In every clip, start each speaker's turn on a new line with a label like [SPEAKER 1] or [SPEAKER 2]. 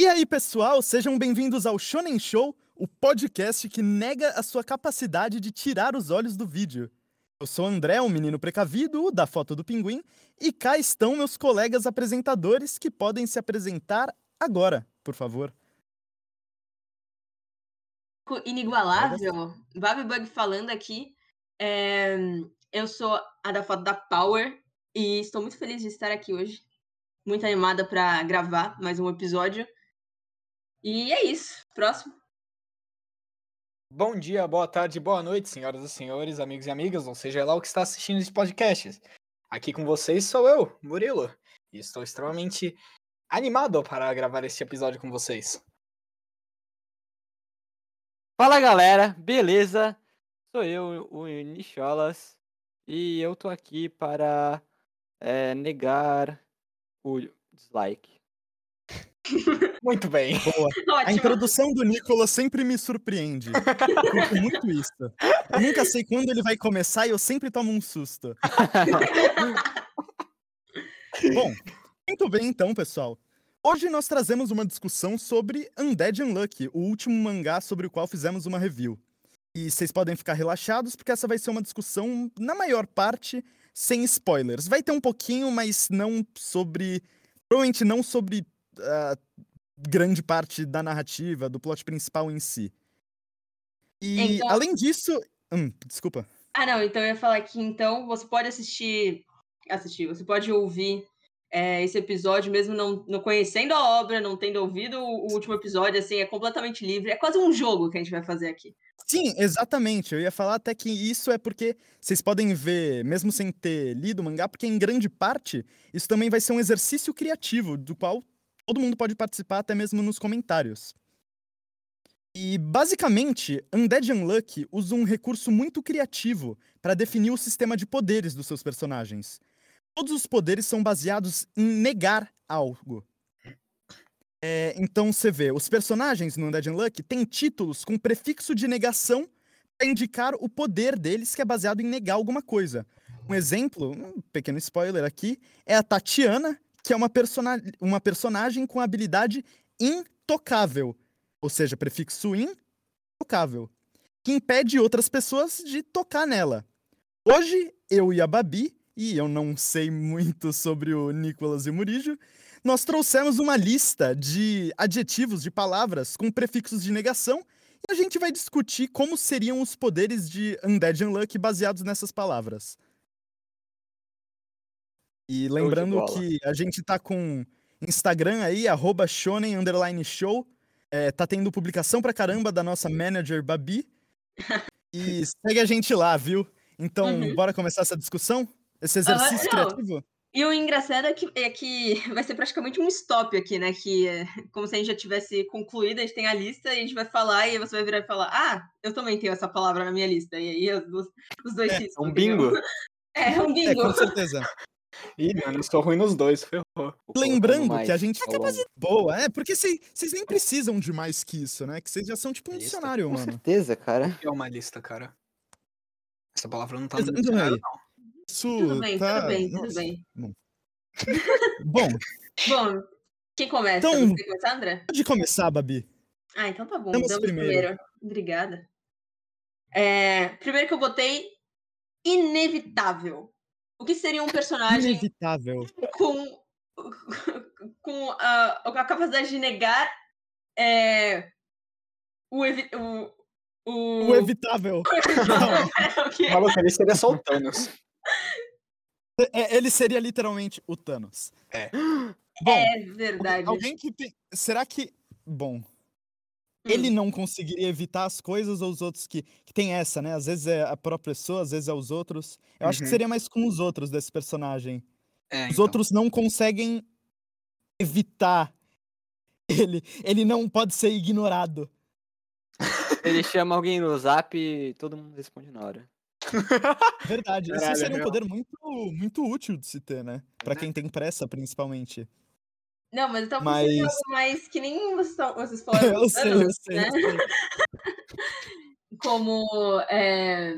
[SPEAKER 1] E aí, pessoal, sejam bem-vindos ao Shonen Show, o podcast que nega a sua capacidade de tirar os olhos do vídeo. Eu sou o André, um menino precavido, o da foto do pinguim, e cá estão meus colegas apresentadores que podem se apresentar agora, por favor.
[SPEAKER 2] Inigualável, Babi Bug falando aqui. É, Eu sou a da foto da Power e estou muito feliz de estar aqui hoje. Muito animada para gravar mais um episódio. E é isso. Próximo.
[SPEAKER 3] Bom dia, boa tarde, boa noite, senhoras e senhores, amigos e amigas, ou seja lá o que está assistindo esse podcast. Aqui com vocês sou eu, Murilo, e estou extremamente animado para gravar este episódio com vocês.
[SPEAKER 4] Fala galera, beleza? Sou eu, o Nicholas, e eu tô aqui para eh, negar o dislike.
[SPEAKER 3] Muito bem.
[SPEAKER 1] Boa. A
[SPEAKER 2] Ótimo.
[SPEAKER 1] introdução do Nicolas sempre me surpreende. Eu curto muito isso. Eu nunca sei quando ele vai começar e eu sempre tomo um susto. Bom, muito bem então, pessoal. Hoje nós trazemos uma discussão sobre Undead Unlucky, o último mangá sobre o qual fizemos uma review. E vocês podem ficar relaxados, porque essa vai ser uma discussão, na maior parte, sem spoilers. Vai ter um pouquinho, mas não sobre. Provavelmente não sobre ah, grande parte da narrativa, do plot principal em si. E
[SPEAKER 2] Então-
[SPEAKER 1] além disso. Hum, desculpa.
[SPEAKER 2] Ah, não, então eu ia falar que então você pode assistir. Assistir, você pode ouvir é, esse episódio, mesmo não, não conhecendo a obra, não tendo ouvido o, o último episódio, assim, é completamente livre. É quase um jogo que a gente vai fazer aqui.
[SPEAKER 1] Sim, exatamente. Eu ia falar até que isso é porque vocês podem ver, mesmo sem ter lido o mangá, porque em grande parte isso também vai ser um exercício criativo, do qual todo mundo pode participar, até mesmo nos comentários. E basicamente, Undead Unlucky usa um recurso muito criativo para definir o sistema de poderes dos seus personagens. Todos os poderes são baseados em negar algo. É, então você vê, os personagens no Undead Unlucky têm títulos com prefixo de negação para indicar o poder deles que é baseado em negar alguma coisa. Um exemplo, um pequeno spoiler aqui, é a Tatiana, que é uma, persona- uma personagem com a habilidade intocável, ou seja, prefixo in, tocável, que impede outras pessoas de tocar nela. Hoje, eu e a Babi, e eu não sei muito sobre o Nicolas e o Murijo, nós trouxemos uma lista de adjetivos, de palavras com prefixos de negação e a gente vai discutir como seriam os poderes de Undead Unluck baseados nessas palavras. E
[SPEAKER 4] de
[SPEAKER 1] lembrando
[SPEAKER 4] bola.
[SPEAKER 1] que a gente tá com Instagram aí, arroba shonen underline show. É, tá tendo publicação pra caramba da nossa manager Babi. E segue a gente lá, viu? Então,
[SPEAKER 2] Uhum.
[SPEAKER 1] bora começar essa discussão? Esse
[SPEAKER 2] vai-
[SPEAKER 1] exercício
[SPEAKER 2] não.
[SPEAKER 1] criativo?
[SPEAKER 2] E o engraçado é que, é que vai ser praticamente um stop aqui, né? Que é como se a gente já tivesse concluído, a gente tem a lista, e a gente vai falar, e aí você vai virar e falar, ah, eu também tenho essa palavra na minha lista. E aí as duas- os dois se
[SPEAKER 4] É um
[SPEAKER 2] entendeu?
[SPEAKER 4] bingo.
[SPEAKER 2] É, é um
[SPEAKER 1] É,
[SPEAKER 2] bingo.
[SPEAKER 1] com certeza.
[SPEAKER 3] Ih, mano, eu estou ruim nos dois, ferrou.
[SPEAKER 4] Vou colocando
[SPEAKER 1] Lembrando que a
[SPEAKER 4] mais
[SPEAKER 1] gente
[SPEAKER 4] ao
[SPEAKER 1] é capaz
[SPEAKER 4] longo.
[SPEAKER 1] boa, é, porque vocês nem precisam de mais que isso, né? Que vocês já são tipo um
[SPEAKER 3] Isso.
[SPEAKER 1] dicionário,
[SPEAKER 4] Com
[SPEAKER 1] mano.
[SPEAKER 4] certeza, cara.
[SPEAKER 3] É uma lista, cara. Essa palavra não tá no meu
[SPEAKER 1] Exato,
[SPEAKER 3] dicionário,
[SPEAKER 1] aí.
[SPEAKER 3] não.
[SPEAKER 1] Isso
[SPEAKER 2] Tudo bem,
[SPEAKER 1] tá-
[SPEAKER 2] tudo bem, tudo
[SPEAKER 1] nossa.
[SPEAKER 2] bem.
[SPEAKER 1] Bom,
[SPEAKER 2] Bom, quem começa?
[SPEAKER 1] Então-
[SPEAKER 2] Você quer começar, André?
[SPEAKER 1] pode começar, Babi.
[SPEAKER 2] Ah, então tá bom.
[SPEAKER 1] Damas
[SPEAKER 2] damos
[SPEAKER 1] primeiro.
[SPEAKER 2] Obrigada. É, primeiro que eu botei, inevitável. O que seria um personagem
[SPEAKER 1] Inevitável.
[SPEAKER 2] com, com a, a capacidade de negar é, o, evi- o, o, É
[SPEAKER 1] O evitável. Não,
[SPEAKER 2] o que-
[SPEAKER 3] Maluco, ele seria só o Thanos.
[SPEAKER 1] é, ele seria literalmente o Thanos.
[SPEAKER 3] É.
[SPEAKER 1] Bom,
[SPEAKER 2] é
[SPEAKER 1] Algu-
[SPEAKER 2] verdade.
[SPEAKER 1] Alguém que tem. Será que. Bom.
[SPEAKER 2] Hum.
[SPEAKER 3] Hum.
[SPEAKER 1] Ele não conseguiria evitar as coisas ou os outros que, que tem essa, né? Às vezes é a própria pessoa, às vezes é os outros. Eu acho que
[SPEAKER 3] Uhum.
[SPEAKER 1] seria mais com os outros desse personagem.
[SPEAKER 3] É,
[SPEAKER 1] Os
[SPEAKER 3] então.
[SPEAKER 1] outros não conseguem evitar ele. Ele não pode ser ignorado.
[SPEAKER 4] Ele chama alguém no zap e todo mundo responde na hora.
[SPEAKER 1] Verdade.
[SPEAKER 3] Caralho,
[SPEAKER 1] Isso seria um
[SPEAKER 3] meu.
[SPEAKER 1] poder muito, muito útil de se ter, né? Pra quem tem pressa, principalmente.
[SPEAKER 2] Não, mas eu
[SPEAKER 3] Então,
[SPEAKER 2] tava
[SPEAKER 1] Mas-
[SPEAKER 2] pensando em algo mais que nem vocês, tavam- vocês falaram.
[SPEAKER 3] um
[SPEAKER 1] Eu sei, eu
[SPEAKER 2] antes,
[SPEAKER 1] sei.
[SPEAKER 2] né?
[SPEAKER 1] eu sei.
[SPEAKER 2] Como é,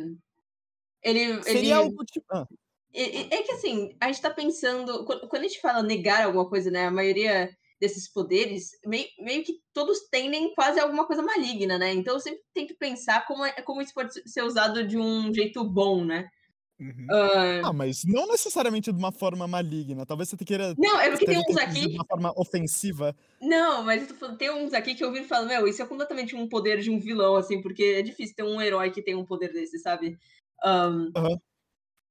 [SPEAKER 2] ele, ele
[SPEAKER 1] Seria algo tipo. ah,
[SPEAKER 2] É, é- é que assim, a gente tá pensando. quan- Quando a gente fala negar alguma coisa, né? A maioria desses poderes, meio, meio que todos tendem quase a alguma coisa maligna, né? Então eu sempre tento pensar como, é- como isso pode ser usado de um jeito bom, né?
[SPEAKER 3] Uhum.
[SPEAKER 2] Ah,
[SPEAKER 1] Ah, mas não necessariamente de uma forma maligna. Talvez você queira.
[SPEAKER 2] não, é porque
[SPEAKER 1] esteja
[SPEAKER 2] tem uns
[SPEAKER 1] tentando dizer
[SPEAKER 2] aqui
[SPEAKER 1] De uma forma ofensiva.
[SPEAKER 2] Não, mas eu tô falando, tem uns aqui que eu vi e falo, meu, isso é completamente um poder de um vilão, assim, porque é difícil ter um herói que tem um poder desse, sabe? Ahn,
[SPEAKER 1] Aham.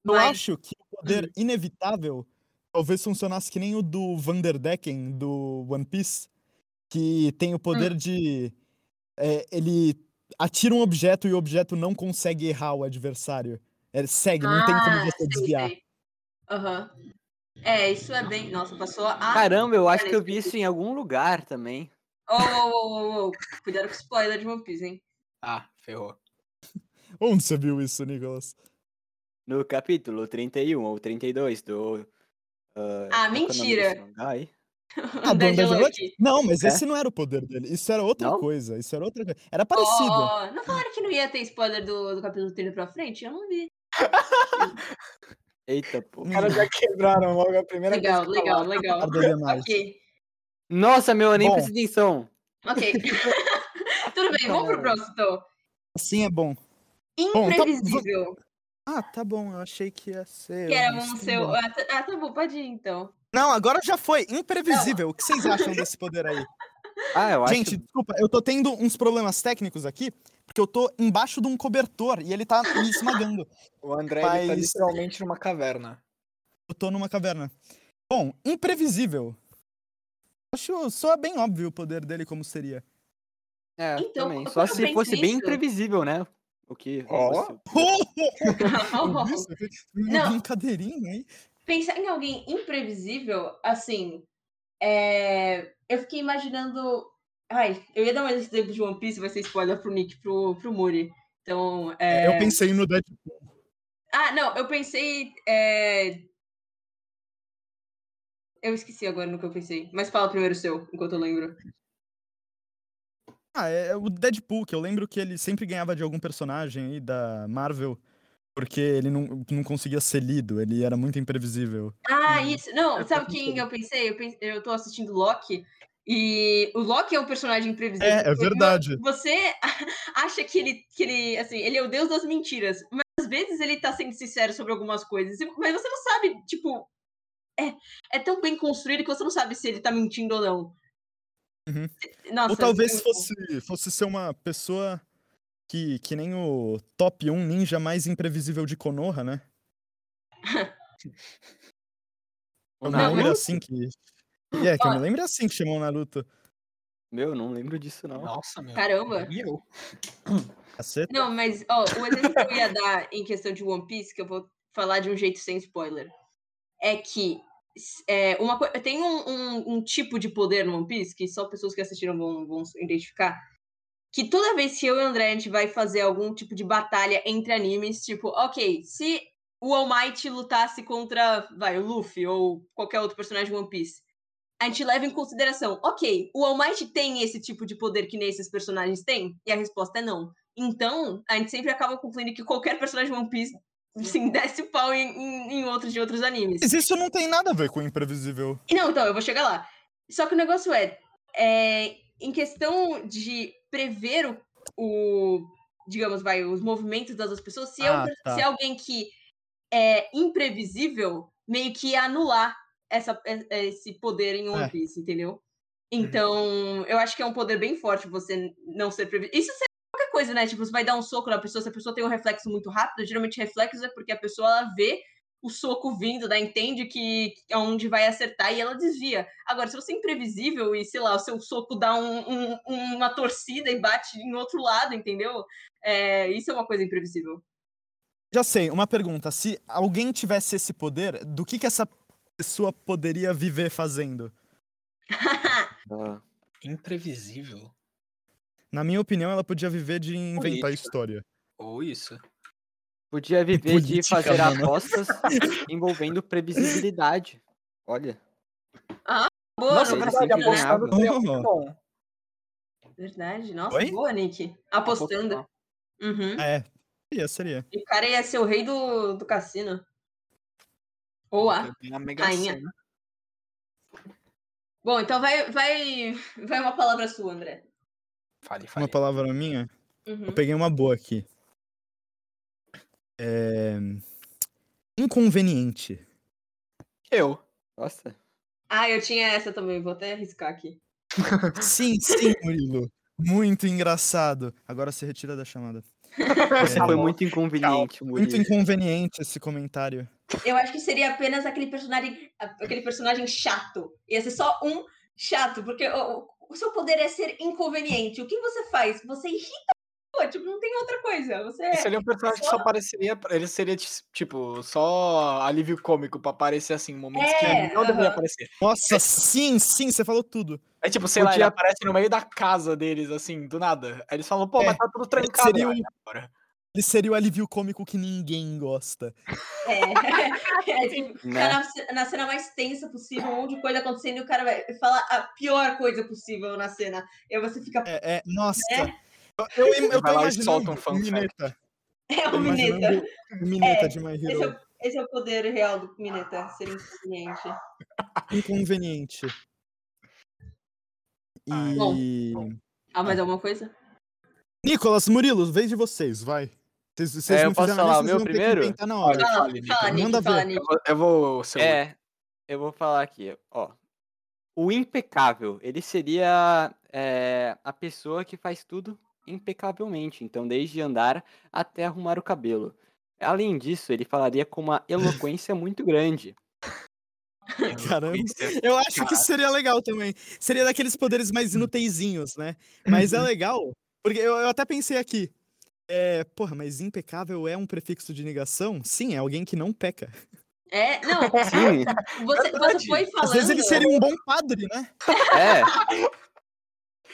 [SPEAKER 1] Eu
[SPEAKER 2] mas- Hum.
[SPEAKER 1] acho que o poder inevitável talvez funcionasse que nem o do Vanderdecken, do One Piece, que tem o
[SPEAKER 2] Hum.
[SPEAKER 1] poder de. é, ele atira um objeto e o objeto não consegue errar o adversário. Ele segue, não tem como
[SPEAKER 2] Ah,
[SPEAKER 1] você
[SPEAKER 2] sei,
[SPEAKER 1] desviar.
[SPEAKER 2] sei. Aham. É, isso é bem. Nossa, passou a.
[SPEAKER 4] Caramba, eu acho
[SPEAKER 2] cara,
[SPEAKER 4] que eu vi isso em algum lugar também.
[SPEAKER 2] Oh, oh, oh, oh, oh. Cuidado com o spoiler de One Piece, hein?
[SPEAKER 3] Ah, ferrou.
[SPEAKER 1] Onde você viu isso, Nicolas?
[SPEAKER 4] No capítulo 31 ou 32 do. ah,
[SPEAKER 2] Ah,
[SPEAKER 4] qual que é o nome
[SPEAKER 2] mentira.
[SPEAKER 4] desse mangá aí?
[SPEAKER 1] Ah, do Angelotti?
[SPEAKER 2] Angelotti?
[SPEAKER 1] Não, mas
[SPEAKER 4] É?
[SPEAKER 1] esse não era o poder dele. Isso era outra
[SPEAKER 4] Não?
[SPEAKER 1] coisa. Isso era outra coisa. Era
[SPEAKER 2] Oh,
[SPEAKER 1] parecido.
[SPEAKER 2] oh, não falaram que não ia ter spoiler do, do capítulo 30 pra frente? Eu não vi.
[SPEAKER 4] Eita, pô.
[SPEAKER 1] Hum.
[SPEAKER 3] Os caras já quebraram logo a primeira
[SPEAKER 2] Oh! Legal,
[SPEAKER 3] coisa que
[SPEAKER 2] legal,
[SPEAKER 3] falaram.
[SPEAKER 2] legal.
[SPEAKER 1] Tardaria mais.
[SPEAKER 2] Ok,
[SPEAKER 4] Nossa, meu, eu nem
[SPEAKER 1] Bom.
[SPEAKER 4] prestei atenção.
[SPEAKER 2] ok. Tudo bem, vamos pro próximo, então.
[SPEAKER 1] Assim é bom. Bom, tá-
[SPEAKER 2] Imprevisível.
[SPEAKER 1] Ah, tá bom. Eu achei que ia ser.
[SPEAKER 2] Que era
[SPEAKER 1] mas
[SPEAKER 2] um
[SPEAKER 1] tá
[SPEAKER 2] seu.
[SPEAKER 1] bom.
[SPEAKER 2] Ah, tá- ah, tá bom, pode ir então.
[SPEAKER 1] Não, agora já foi. Imprevisível. O que vocês acham desse poder aí?
[SPEAKER 4] Ah, eu
[SPEAKER 1] Gente, desculpa, eu tô tendo uns problemas técnicos aqui, porque eu tô embaixo de um cobertor e ele tá me esmagando.
[SPEAKER 3] O André ele tá
[SPEAKER 1] Mas-
[SPEAKER 3] literalmente numa caverna.
[SPEAKER 1] Eu tô numa caverna. Bom, imprevisível. Acho soa bem óbvio o poder dele como seria.
[SPEAKER 4] acho. É,
[SPEAKER 2] Então,
[SPEAKER 4] também.
[SPEAKER 2] quando
[SPEAKER 4] Só
[SPEAKER 2] eu
[SPEAKER 4] se
[SPEAKER 2] penso
[SPEAKER 4] fosse bem
[SPEAKER 2] nisso-
[SPEAKER 4] imprevisível, né? O que.
[SPEAKER 3] Ó.
[SPEAKER 4] fosse-
[SPEAKER 1] Isso, uma
[SPEAKER 2] Não.
[SPEAKER 1] brincadeirinha aí.
[SPEAKER 2] Pensar em alguém imprevisível, assim. é, Eu fiquei imaginando. Ai, eu ia dar mais exemplo de One Piece, vai ser spoiler pro Nick, pro, pro Muri. Então. é,
[SPEAKER 1] Eu pensei no Deadpool.
[SPEAKER 2] Ah, não, eu pensei. é, Eu esqueci agora no que eu pensei. Mas fala primeiro o seu, enquanto eu lembro.
[SPEAKER 1] Ah, é o Deadpool, que eu lembro que ele sempre ganhava de algum personagem aí da Marvel, porque ele não, não conseguia ser lido, ele era muito imprevisível.
[SPEAKER 2] Ah,
[SPEAKER 1] Hum.
[SPEAKER 2] isso. Não,
[SPEAKER 1] É, faz
[SPEAKER 2] sabe quem
[SPEAKER 1] sentido.
[SPEAKER 2] eu pensei? eu pen- Eu tô assistindo Loki. E o Loki é um personagem imprevisível.
[SPEAKER 1] É, é
[SPEAKER 2] porque
[SPEAKER 1] verdade.
[SPEAKER 2] Você acha que ele, que ele, assim, ele é o deus das mentiras, mas às vezes ele tá sendo sincero sobre algumas coisas. e- Mas você não sabe, tipo, é, é tão bem construído que você não sabe se ele tá mentindo ou não.
[SPEAKER 1] Uhum.
[SPEAKER 2] Nossa, tipo,
[SPEAKER 1] Ou talvez
[SPEAKER 2] eu-
[SPEAKER 1] fosse, fosse ser uma pessoa que, que nem o top 1 ninja mais imprevisível de Konoha, né? Que Eu me
[SPEAKER 2] Não,
[SPEAKER 1] lembro
[SPEAKER 2] mas-
[SPEAKER 1] assim que. E é, que eu me lembro assim que chamou o Naruto.
[SPEAKER 4] Meu, não lembro disso, não.
[SPEAKER 3] Nossa, meu.
[SPEAKER 2] Caramba.
[SPEAKER 3] E eu?
[SPEAKER 1] Caceta.
[SPEAKER 2] Não, mas ó, o exemplo que eu ia dar em questão de One Piece, que eu vou falar de um jeito sem spoiler, é que s- é, uma coi- tem um, um- um tipo de poder no One Piece que só pessoas que assistiram vão, vão se identificar. Que toda vez que eu e o André a gente vai fazer algum tipo de batalha entre animes, tipo, ok, se o All Might lutasse contra, vai, o Luffy ou qualquer outro personagem de One Piece, a gente leva em consideração, ok, o All Might tem esse tipo de poder que nem esses personagens têm? E a resposta é não. Então, a gente sempre acaba concluindo que qualquer personagem de One Piece assim, desce o pau em, em, em outros de outros animes.
[SPEAKER 1] Mas isso não tem nada a ver com imprevisível.
[SPEAKER 2] E não, então, eu vou chegar lá. Só que o negócio é, é, em questão de prever o, o- digamos, vai, os movimentos das outras pessoas, se, é um
[SPEAKER 1] Ah,
[SPEAKER 2] per-
[SPEAKER 1] tá.
[SPEAKER 2] se é alguém que é imprevisível, meio que anular essa, e- esse poder em One
[SPEAKER 1] É.
[SPEAKER 2] Piece, entendeu? Então, eu acho que é um poder bem forte você não ser previsível. Isso serve pra qualquer coisa, né? Tipo, você vai dar um soco na pessoa, se a pessoa tem um reflexo muito rápido, geralmente reflexo é porque a pessoa ela vê o soco vindo, né? Entende que é onde vai acertar e ela desvia. Agora, se você é imprevisível e, sei lá, o seu soco dá um- um- uma torcida e bate em outro lado, entendeu? É, isso é uma coisa imprevisível.
[SPEAKER 1] Já sei, uma pergunta. Se alguém tivesse esse poder, do que, que essa pessoa poderia viver fazendo?
[SPEAKER 4] Ah,
[SPEAKER 3] Imprevisível.
[SPEAKER 1] Na minha opinião, ela podia viver de inventar
[SPEAKER 3] Política.
[SPEAKER 1] história.
[SPEAKER 3] Ou isso.
[SPEAKER 4] Podia viver de
[SPEAKER 1] política,
[SPEAKER 4] fazer
[SPEAKER 1] mano.
[SPEAKER 4] apostas envolvendo previsibilidade. Olha.
[SPEAKER 2] Boa,
[SPEAKER 4] Nossa,
[SPEAKER 2] não
[SPEAKER 4] mas
[SPEAKER 2] fazia
[SPEAKER 4] verdade,
[SPEAKER 2] ideia.
[SPEAKER 4] apostar-
[SPEAKER 3] apostado seria
[SPEAKER 1] ganhava.
[SPEAKER 3] muito bom.
[SPEAKER 2] Verdade, nossa,
[SPEAKER 1] Oi?
[SPEAKER 2] boa, Nick. Apostando.
[SPEAKER 4] Apostar.
[SPEAKER 2] Uhum.
[SPEAKER 1] É, seria, seria.
[SPEAKER 2] E o cara ia ser o rei do, do cassino. Ou a.
[SPEAKER 3] Eu ganhei Na Mega
[SPEAKER 2] Rainha.
[SPEAKER 3] Sena.
[SPEAKER 2] Bom, então vai, vai, vai uma palavra sua, André.
[SPEAKER 3] Fale, fale.
[SPEAKER 1] Uma palavra minha?
[SPEAKER 2] Uhum.
[SPEAKER 1] Eu peguei uma boa aqui. É... Inconveniente.
[SPEAKER 3] Eu.
[SPEAKER 4] Nossa.
[SPEAKER 2] Ah, eu tinha essa também, vou até arriscar aqui.
[SPEAKER 1] Sim, sim, Murilo. Muito engraçado. Agora se retira da chamada.
[SPEAKER 4] Você
[SPEAKER 3] Tá
[SPEAKER 4] foi
[SPEAKER 3] bom.
[SPEAKER 4] muito inconveniente, Murilo.
[SPEAKER 1] Muito inconveniente esse comentário.
[SPEAKER 2] Eu acho que seria apenas aquele personagem, aquele personagem chato. Ia ser só um chato, porque o, o seu poder é ser inconveniente. O que você faz? Você irrita a pessoa, tipo, não tem outra coisa. Você é-
[SPEAKER 3] Seria um personagem que só apareceria. pra- Ele seria, ti- tipo, só alívio cômico pra aparecer assim, em momentos que
[SPEAKER 2] É,
[SPEAKER 3] ele não deveria
[SPEAKER 2] aham.
[SPEAKER 3] aparecer.
[SPEAKER 1] Nossa, sim, sim, você falou tudo.
[SPEAKER 3] É tipo, sei lá, ele
[SPEAKER 4] Podia-
[SPEAKER 3] aparece no meio da casa deles, assim, do nada. Aí eles falam, pô,
[SPEAKER 1] É,
[SPEAKER 3] mas tá tudo trancado.
[SPEAKER 1] seria
[SPEAKER 3] lá
[SPEAKER 1] um-
[SPEAKER 3] agora.
[SPEAKER 1] Ele seria o alívio cômico que ninguém gosta.
[SPEAKER 2] É, é tipo,
[SPEAKER 4] Né?
[SPEAKER 2] tá na, ce- na cena mais tensa possível, um monte de coisa acontecendo e o cara vai falar a pior coisa possível na cena. E aí você fica.
[SPEAKER 1] É, é, nossa.
[SPEAKER 2] É.
[SPEAKER 1] Eu, eu, eu,
[SPEAKER 3] Ele
[SPEAKER 1] tô
[SPEAKER 3] vai lá e
[SPEAKER 1] imaginando
[SPEAKER 3] solta um fun fact.
[SPEAKER 1] Mineta.
[SPEAKER 2] É
[SPEAKER 1] Tô
[SPEAKER 2] o Mineta.
[SPEAKER 1] imaginando Mineta
[SPEAKER 2] É,
[SPEAKER 1] de My
[SPEAKER 2] Esse é,
[SPEAKER 1] Hero.
[SPEAKER 2] o, esse é o poder real do Mineta, ser inconveniente.
[SPEAKER 1] Inconveniente.
[SPEAKER 3] Ah,
[SPEAKER 2] bom.
[SPEAKER 1] E...
[SPEAKER 2] Ah, mais alguma coisa?
[SPEAKER 1] Nicolas, Murilo, vez de vocês, vai. Vocês, vocês
[SPEAKER 4] É, eu
[SPEAKER 1] não
[SPEAKER 4] posso
[SPEAKER 1] fizeram
[SPEAKER 4] falar
[SPEAKER 1] nada,
[SPEAKER 4] o
[SPEAKER 1] vocês
[SPEAKER 4] meu
[SPEAKER 1] vão ter que
[SPEAKER 4] primeiro?
[SPEAKER 1] inventar na hora.
[SPEAKER 2] Fala,
[SPEAKER 3] fale,
[SPEAKER 2] fala, Nick,
[SPEAKER 1] Manda
[SPEAKER 2] fala,
[SPEAKER 1] ver.
[SPEAKER 3] Eu
[SPEAKER 2] Nick.
[SPEAKER 3] vou, eu vou ser o último.
[SPEAKER 4] É, eu vou falar aqui, ó. O impecável, ele seria é, a pessoa que faz tudo impecavelmente, então desde andar até arrumar o cabelo. Além disso, ele falaria com uma eloquência muito grande.
[SPEAKER 1] Caramba.
[SPEAKER 3] Isso.
[SPEAKER 1] Eu acho que seria legal também. Seria daqueles poderes mais
[SPEAKER 2] Hum.
[SPEAKER 1] inuteizinhos, né? Mas
[SPEAKER 2] Uhum.
[SPEAKER 1] é legal, porque eu, eu até pensei aqui. É, porra, mas impecável é um prefixo de negação? Sim, é alguém que não peca.
[SPEAKER 2] É, não,
[SPEAKER 4] Sim,
[SPEAKER 2] você, você
[SPEAKER 3] Verdade.
[SPEAKER 2] foi falando.
[SPEAKER 1] Às vezes ele seria um bom padre, né?
[SPEAKER 4] é.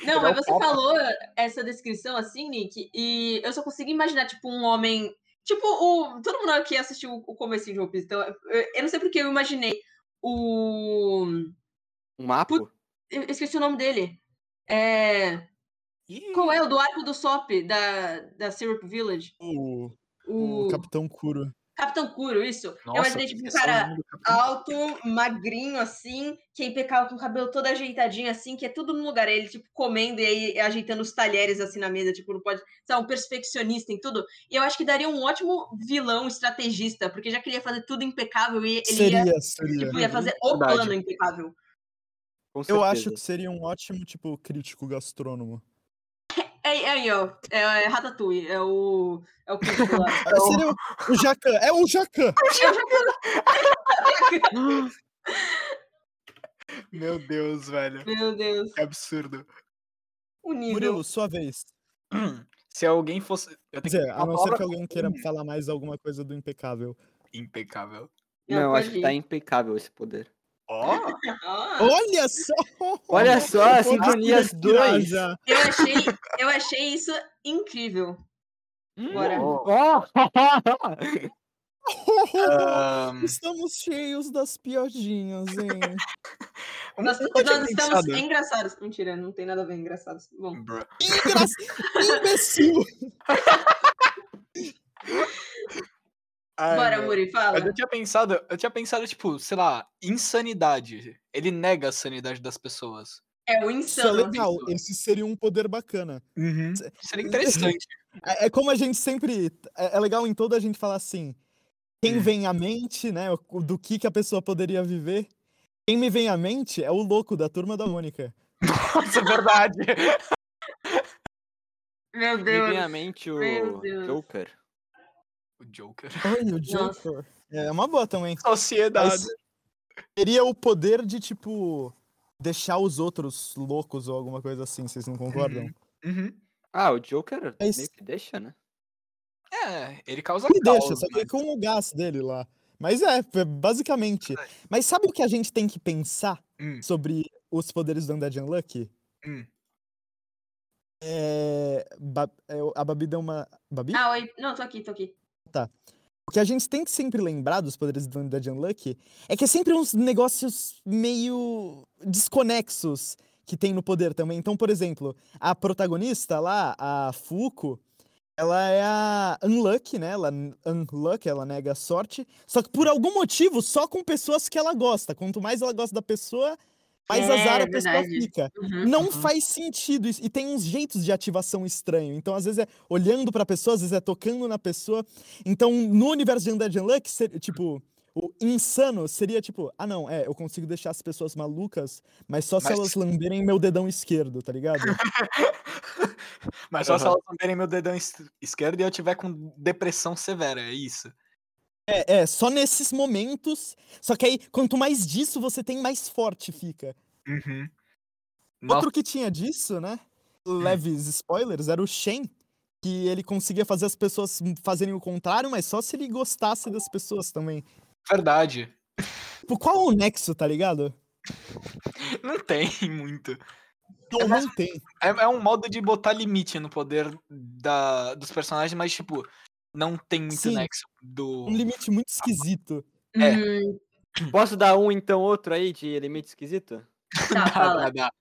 [SPEAKER 2] Não,
[SPEAKER 3] Ele é
[SPEAKER 2] mas
[SPEAKER 3] o
[SPEAKER 2] você
[SPEAKER 3] Papa.
[SPEAKER 2] falou essa descrição assim, Nick, e eu só consegui imaginar, tipo, um homem. Tipo, o... todo mundo aqui assistiu o começo de One Piece, então eu, eu não sei porque eu imaginei o.
[SPEAKER 4] Um mapa?
[SPEAKER 2] Eu esqueci o nome dele. É...
[SPEAKER 3] Ih,
[SPEAKER 2] Qual é o do arco do Sop, da, da Syrup Village?
[SPEAKER 1] O,
[SPEAKER 2] O,
[SPEAKER 1] o Capitão Kuro.
[SPEAKER 2] Capitão Kuro, isso. eu
[SPEAKER 3] nossa,
[SPEAKER 2] imaginei, tipo, um
[SPEAKER 3] esse é o
[SPEAKER 2] cara
[SPEAKER 3] nome do capitão.
[SPEAKER 2] alto, magrinho, assim, que é impecável, com o cabelo todo ajeitadinho, assim, que é tudo no lugar. Ele, tipo, comendo e aí ajeitando os talheres, assim, na mesa. Tipo, não pode... Sabe, um perfeccionista em tudo. E eu acho que daria um ótimo vilão estrategista, porque já queria fazer tudo impecável e ele ia,
[SPEAKER 1] Seria, seria.
[SPEAKER 2] tipo, ia fazer o
[SPEAKER 3] verdade.
[SPEAKER 2] plano impecável.
[SPEAKER 4] Com
[SPEAKER 1] Eu acho que
[SPEAKER 4] certeza.
[SPEAKER 1] seria um ótimo, tipo, crítico gastrônomo.
[SPEAKER 2] É, é aí, ó. É, é Ratatouille. É o... É o Kiko lá.
[SPEAKER 1] Ah, Seria o, o Jacan. É o Jacan.
[SPEAKER 3] Meu Deus, velho.
[SPEAKER 2] Meu Deus.
[SPEAKER 3] Que absurdo.
[SPEAKER 2] O nível.
[SPEAKER 1] Murilo, sua vez.
[SPEAKER 3] Se alguém fosse.
[SPEAKER 1] Quer
[SPEAKER 3] Eu tenho que
[SPEAKER 1] dizer,
[SPEAKER 3] ter
[SPEAKER 1] a
[SPEAKER 3] uma
[SPEAKER 1] não ser que
[SPEAKER 3] palavra
[SPEAKER 1] alguém queira falar mais alguma coisa do impecável.
[SPEAKER 3] impecável.
[SPEAKER 4] Não, eu acho que tá
[SPEAKER 2] pode ir.
[SPEAKER 4] impecável esse poder.
[SPEAKER 3] Ó,
[SPEAKER 2] Ah.
[SPEAKER 1] Olha só!
[SPEAKER 4] Olha só, a
[SPEAKER 1] Vou
[SPEAKER 4] sintonia
[SPEAKER 1] respirar
[SPEAKER 4] 2.
[SPEAKER 1] já.
[SPEAKER 2] Eu achei, eu achei isso incrível.
[SPEAKER 4] Hum.
[SPEAKER 2] Bora.
[SPEAKER 1] Ah.
[SPEAKER 3] ahn,
[SPEAKER 1] Estamos cheios das piadinhas, hein?
[SPEAKER 3] uma
[SPEAKER 2] Nós,
[SPEAKER 3] coisa que eu tinha
[SPEAKER 2] nós estamos
[SPEAKER 3] pensado.
[SPEAKER 2] engraçados. Mentira, não tem nada a ver engraçados. Bom,
[SPEAKER 3] Bro.
[SPEAKER 1] Engra... Imbecil!
[SPEAKER 3] Ai,
[SPEAKER 2] bora,
[SPEAKER 3] meu.
[SPEAKER 2] Muri,
[SPEAKER 3] Mas
[SPEAKER 2] fala.
[SPEAKER 3] eu tinha pensado, eu tinha pensado, tipo, sei lá, insanidade. Ele nega a sanidade das pessoas.
[SPEAKER 2] É o
[SPEAKER 1] Isso é
[SPEAKER 2] insano.
[SPEAKER 1] legal, esse seria um poder bacana.
[SPEAKER 3] Uhum. Seria interessante.
[SPEAKER 1] É, é como a gente sempre. É, é legal em todo a gente falar assim: quem
[SPEAKER 3] Hum.
[SPEAKER 1] vem à mente, né? o- Do que, que a pessoa poderia viver. Quem me vem à mente é o louco da turma da Mônica.
[SPEAKER 3] Nossa, é verdade.
[SPEAKER 2] Meu
[SPEAKER 4] Me vem à
[SPEAKER 2] Deus.
[SPEAKER 4] mente
[SPEAKER 2] Meu
[SPEAKER 4] o
[SPEAKER 2] Deus.
[SPEAKER 4] Joker.
[SPEAKER 3] O Joker.
[SPEAKER 1] Olha o Joker. É uma boa também.
[SPEAKER 3] Sociedade.
[SPEAKER 1] Teria o poder de, tipo, deixar os outros loucos ou alguma coisa assim, vocês não concordam?
[SPEAKER 3] Uhum.
[SPEAKER 4] Ah, o Joker
[SPEAKER 1] Mas-
[SPEAKER 4] meio que deixa, né?
[SPEAKER 3] É, ele causa
[SPEAKER 1] Me
[SPEAKER 3] caos, né?
[SPEAKER 1] deixa, só que
[SPEAKER 3] mas-
[SPEAKER 1] com o gás dele lá. Mas é, é, basicamente. Mas sabe o que a gente tem que pensar
[SPEAKER 3] Hum.
[SPEAKER 1] sobre os poderes do Undead Unlucky?
[SPEAKER 3] Hum.
[SPEAKER 1] É, ba- é, o- a Babi deu uma. Babi?
[SPEAKER 2] Ah, oi. Não, tô aqui, tô aqui.
[SPEAKER 1] O que a gente tem que sempre lembrar dos poderes do Undead Unlucky é que é sempre uns negócios meio desconexos que tem no poder também. Então, por exemplo, a protagonista lá, a Fuko, ela é a Unlucky, né? Ela n- Unlucky, ela nega a sorte. Só que por algum motivo, só com pessoas que ela gosta. Quanto mais ela gosta da pessoa, Mas
[SPEAKER 2] É,
[SPEAKER 1] a Zara
[SPEAKER 2] é
[SPEAKER 1] a pessoa
[SPEAKER 2] verdade.
[SPEAKER 1] fica.
[SPEAKER 2] Uhum.
[SPEAKER 1] Não
[SPEAKER 3] Uhum.
[SPEAKER 1] faz sentido isso. E tem uns jeitos de ativação estranho. Então, às vezes é olhando pra pessoa, às vezes é tocando na pessoa. Então, no universo de Undead Unluck, ser- tipo, o insano seria tipo, ah não, é, eu consigo deixar as pessoas malucas, mas só se
[SPEAKER 3] Mas-
[SPEAKER 1] elas lamberem meu dedão esquerdo, tá ligado?
[SPEAKER 3] Mas só se
[SPEAKER 4] Aham.
[SPEAKER 3] elas lamberem meu dedão es- esquerdo e eu tiver com depressão severa, é isso.
[SPEAKER 1] é, é, só nesses momentos. Só que aí, quanto mais disso você tem, mais forte fica.
[SPEAKER 3] Uhum.
[SPEAKER 1] Outro que tinha disso, né?
[SPEAKER 3] É.
[SPEAKER 1] Leves spoilers, era o Shen. Que ele conseguia fazer as pessoas fazerem o contrário, mas só se ele gostasse das pessoas também.
[SPEAKER 3] Verdade.
[SPEAKER 1] Tipo, qual o nexo, tá ligado?
[SPEAKER 3] Não tem muito.
[SPEAKER 1] Não, não tem.
[SPEAKER 3] É, é um modo de botar limite no poder da, dos personagens, mas, tipo, não tem muito
[SPEAKER 1] Sim.
[SPEAKER 3] nexo do.
[SPEAKER 1] Um limite muito esquisito.
[SPEAKER 3] É.
[SPEAKER 2] Hum,
[SPEAKER 4] Posso dar um, então, outro aí de elemento esquisito?
[SPEAKER 2] tá, fala.
[SPEAKER 3] da- da-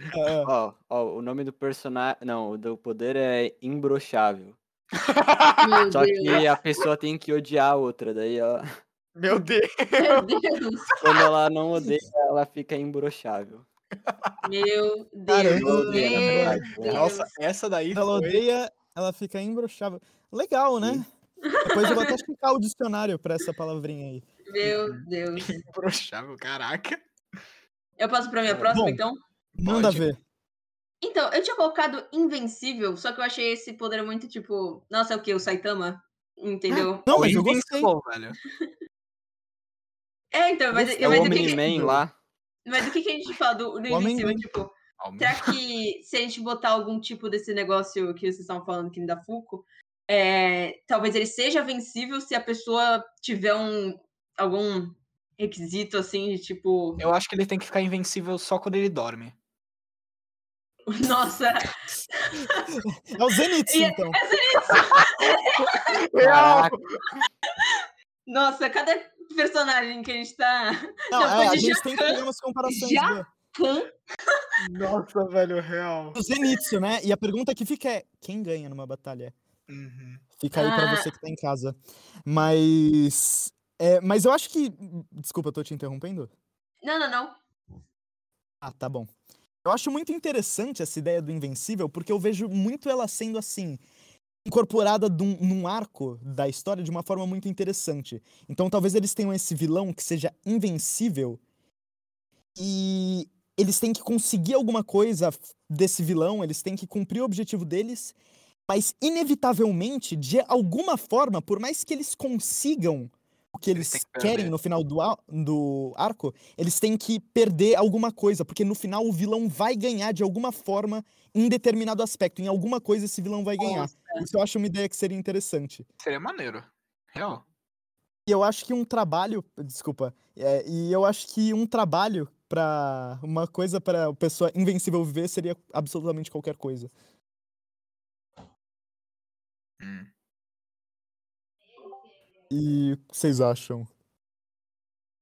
[SPEAKER 3] Ah,
[SPEAKER 1] É,
[SPEAKER 4] Ó, ó, o nome do personagem. Não, o do poder é imbrochável.
[SPEAKER 2] Meu
[SPEAKER 4] Só
[SPEAKER 2] Deus.
[SPEAKER 4] que a pessoa tem que odiar a outra. Daí, ela,
[SPEAKER 3] Meu Deus!
[SPEAKER 2] Meu Deus.
[SPEAKER 4] quando ela não odeia, ela fica imbrochável.
[SPEAKER 2] Meu
[SPEAKER 1] Caramba,
[SPEAKER 2] Deus.
[SPEAKER 4] Eu odeio, na
[SPEAKER 2] Meu
[SPEAKER 4] verdade, né?
[SPEAKER 2] Deus.
[SPEAKER 3] Nossa, essa daí
[SPEAKER 1] Ela
[SPEAKER 3] foi.
[SPEAKER 1] odeia, ela fica imbrochável. Legal, né? Depois eu vou até checar o dicionário pra essa palavrinha aí.
[SPEAKER 2] Meu Deus.
[SPEAKER 3] Imbrochável, caraca.
[SPEAKER 2] Eu passo pra minha próxima,
[SPEAKER 1] Bom.
[SPEAKER 2] então?
[SPEAKER 1] Manda
[SPEAKER 3] Pode.
[SPEAKER 1] ver.
[SPEAKER 2] Então, eu tinha colocado invencível, só que eu achei esse poder muito tipo. Nossa, é o que? O Saitama? Entendeu?
[SPEAKER 1] Não,
[SPEAKER 3] O
[SPEAKER 1] mas eu gostei.
[SPEAKER 3] Invincible, velho. Ah.
[SPEAKER 2] É, então, mas,
[SPEAKER 1] Esse
[SPEAKER 4] É
[SPEAKER 2] mas
[SPEAKER 4] o
[SPEAKER 2] o que, que-
[SPEAKER 4] Omni-Man lá.
[SPEAKER 2] mas o que, que a gente fala do, do
[SPEAKER 1] Homem-Man.
[SPEAKER 2] invencível? Tipo, será que se a gente botar algum tipo desse negócio que vocês estavam falando aqui da Fuco, é, talvez ele seja vencível se a pessoa tiver um algum requisito assim de tipo.
[SPEAKER 3] Eu acho que ele tem que ficar invencível só quando ele dorme.
[SPEAKER 2] Nossa,
[SPEAKER 1] É o Zenitsu,
[SPEAKER 2] E-
[SPEAKER 1] então.
[SPEAKER 4] Caraca,
[SPEAKER 2] nossa, cada personagem que a gente tá.
[SPEAKER 1] Não,
[SPEAKER 2] Não,
[SPEAKER 1] é, a
[SPEAKER 2] pode
[SPEAKER 1] gente
[SPEAKER 2] já-
[SPEAKER 1] tem que fazer umas comparações.
[SPEAKER 2] já-
[SPEAKER 1] né?
[SPEAKER 2] com-
[SPEAKER 3] Nossa, velho, real.
[SPEAKER 1] O Zenitsu, né? E a pergunta que fica é: quem ganha numa batalha?
[SPEAKER 3] Uhum.
[SPEAKER 1] Fica aí pra
[SPEAKER 2] Ah.
[SPEAKER 1] você que tá em casa. Mas. é, mas eu acho que. Desculpa, eu tô te interrompendo?
[SPEAKER 2] Não, não, não.
[SPEAKER 1] Ah, tá bom. Eu acho muito interessante essa ideia do invencível, porque eu vejo muito ela sendo assim incorporada dum- num arco da história de uma forma muito interessante. Então, talvez eles tenham esse vilão que seja invencível e eles têm que conseguir alguma coisa f- desse vilão, eles têm que cumprir o objetivo deles, mas inevitavelmente, de alguma forma, por mais que eles consigam o que eles,
[SPEAKER 3] Eles têm que perder.
[SPEAKER 1] querem no final do, ar- do arco, eles têm que perder alguma coisa, porque no final o vilão vai ganhar de alguma forma em um determinado aspecto, em alguma coisa esse vilão vai ganhar. Isso eu acho uma ideia que seria interessante.
[SPEAKER 3] Seria maneiro. Real.
[SPEAKER 1] E eu acho que um trabalho, desculpa, é, e eu acho que um trabalho para uma coisa para a pessoa invencível viver seria absolutamente qualquer coisa.
[SPEAKER 3] Hum.
[SPEAKER 1] E o que vocês acham?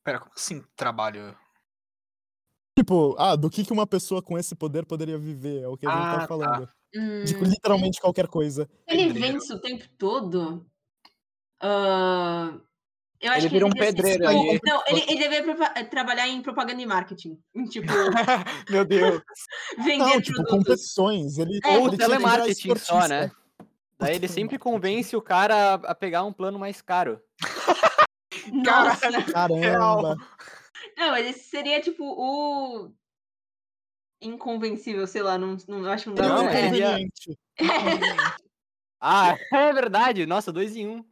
[SPEAKER 3] Pera, como assim trabalho?
[SPEAKER 1] Tipo, ah, do que que uma pessoa com esse poder poderia viver? É o que a gente
[SPEAKER 3] Ah,
[SPEAKER 1] tá
[SPEAKER 3] tá.
[SPEAKER 1] falando. Tipo,
[SPEAKER 2] Hum.
[SPEAKER 1] literalmente qualquer coisa.
[SPEAKER 2] Ele
[SPEAKER 3] Pedreiro.
[SPEAKER 2] vence o tempo todo. Ah, eu acho
[SPEAKER 3] Ele
[SPEAKER 2] que
[SPEAKER 3] vira um
[SPEAKER 2] devia ser-
[SPEAKER 3] pedreiro
[SPEAKER 2] tipo,
[SPEAKER 3] aí.
[SPEAKER 2] Não, ele, ele deveria propa- trabalhar em propaganda e marketing. Em, tipo,
[SPEAKER 3] Meu Deus.
[SPEAKER 2] vender
[SPEAKER 1] Não, tipo,
[SPEAKER 2] produtos.
[SPEAKER 1] competições. Ele,
[SPEAKER 2] É,
[SPEAKER 1] ele
[SPEAKER 4] Ou
[SPEAKER 1] tinha que virar
[SPEAKER 4] telemarketing só, né?
[SPEAKER 1] um esportista.
[SPEAKER 4] Daí ele sempre convence o cara a- a pegar um plano mais caro.
[SPEAKER 2] Nossa.
[SPEAKER 1] Caramba.
[SPEAKER 2] Não, ele seria tipo o. Inconvencível, sei lá, não, não acho que não dá
[SPEAKER 4] Não,
[SPEAKER 1] Ele é
[SPEAKER 2] pra- é.
[SPEAKER 4] ele-
[SPEAKER 1] conveniente.
[SPEAKER 4] Ah, é verdade. Nossa, dois em um.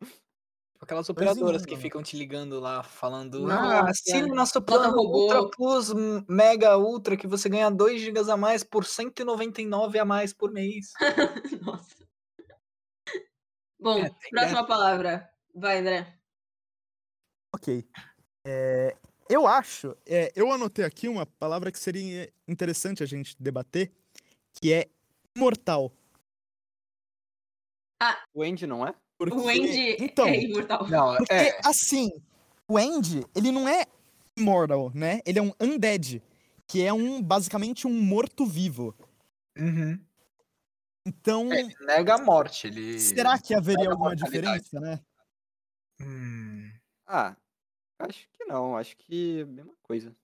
[SPEAKER 3] Aquelas
[SPEAKER 1] em um,
[SPEAKER 3] operadoras que
[SPEAKER 1] mano.
[SPEAKER 3] ficam te ligando lá, falando.
[SPEAKER 2] Nossa.
[SPEAKER 3] ah, assine o nosso
[SPEAKER 2] Bota
[SPEAKER 3] plano
[SPEAKER 2] robô."
[SPEAKER 3] Ultra Plus M- Mega Ultra, que você ganha 2 GB a mais por 199 a mais por mês.
[SPEAKER 2] Nossa. Bom,
[SPEAKER 3] É, tem
[SPEAKER 2] próxima palavra. Vai, André.
[SPEAKER 1] Ok. É, eu acho, é, eu anotei aqui uma palavra que seria interessante a gente debater, que é imortal.
[SPEAKER 4] O Andy não é?
[SPEAKER 1] Porque,
[SPEAKER 2] O Andy
[SPEAKER 1] então,
[SPEAKER 2] é Um imortal.
[SPEAKER 3] Não,
[SPEAKER 1] porque
[SPEAKER 3] é.
[SPEAKER 1] assim, o Andy, ele não é imortal, né? Ele é um undead, que é um basicamente um morto-vivo.
[SPEAKER 3] Uhum.
[SPEAKER 1] Então,
[SPEAKER 2] É.
[SPEAKER 3] Ele nega a É morte. Ele.
[SPEAKER 1] será que haveria
[SPEAKER 3] nega a
[SPEAKER 1] alguma
[SPEAKER 3] mortalidade.
[SPEAKER 1] diferença, né?
[SPEAKER 3] Hum, uhum,
[SPEAKER 4] Ah, acho que não. Acho que é a mesma coisa.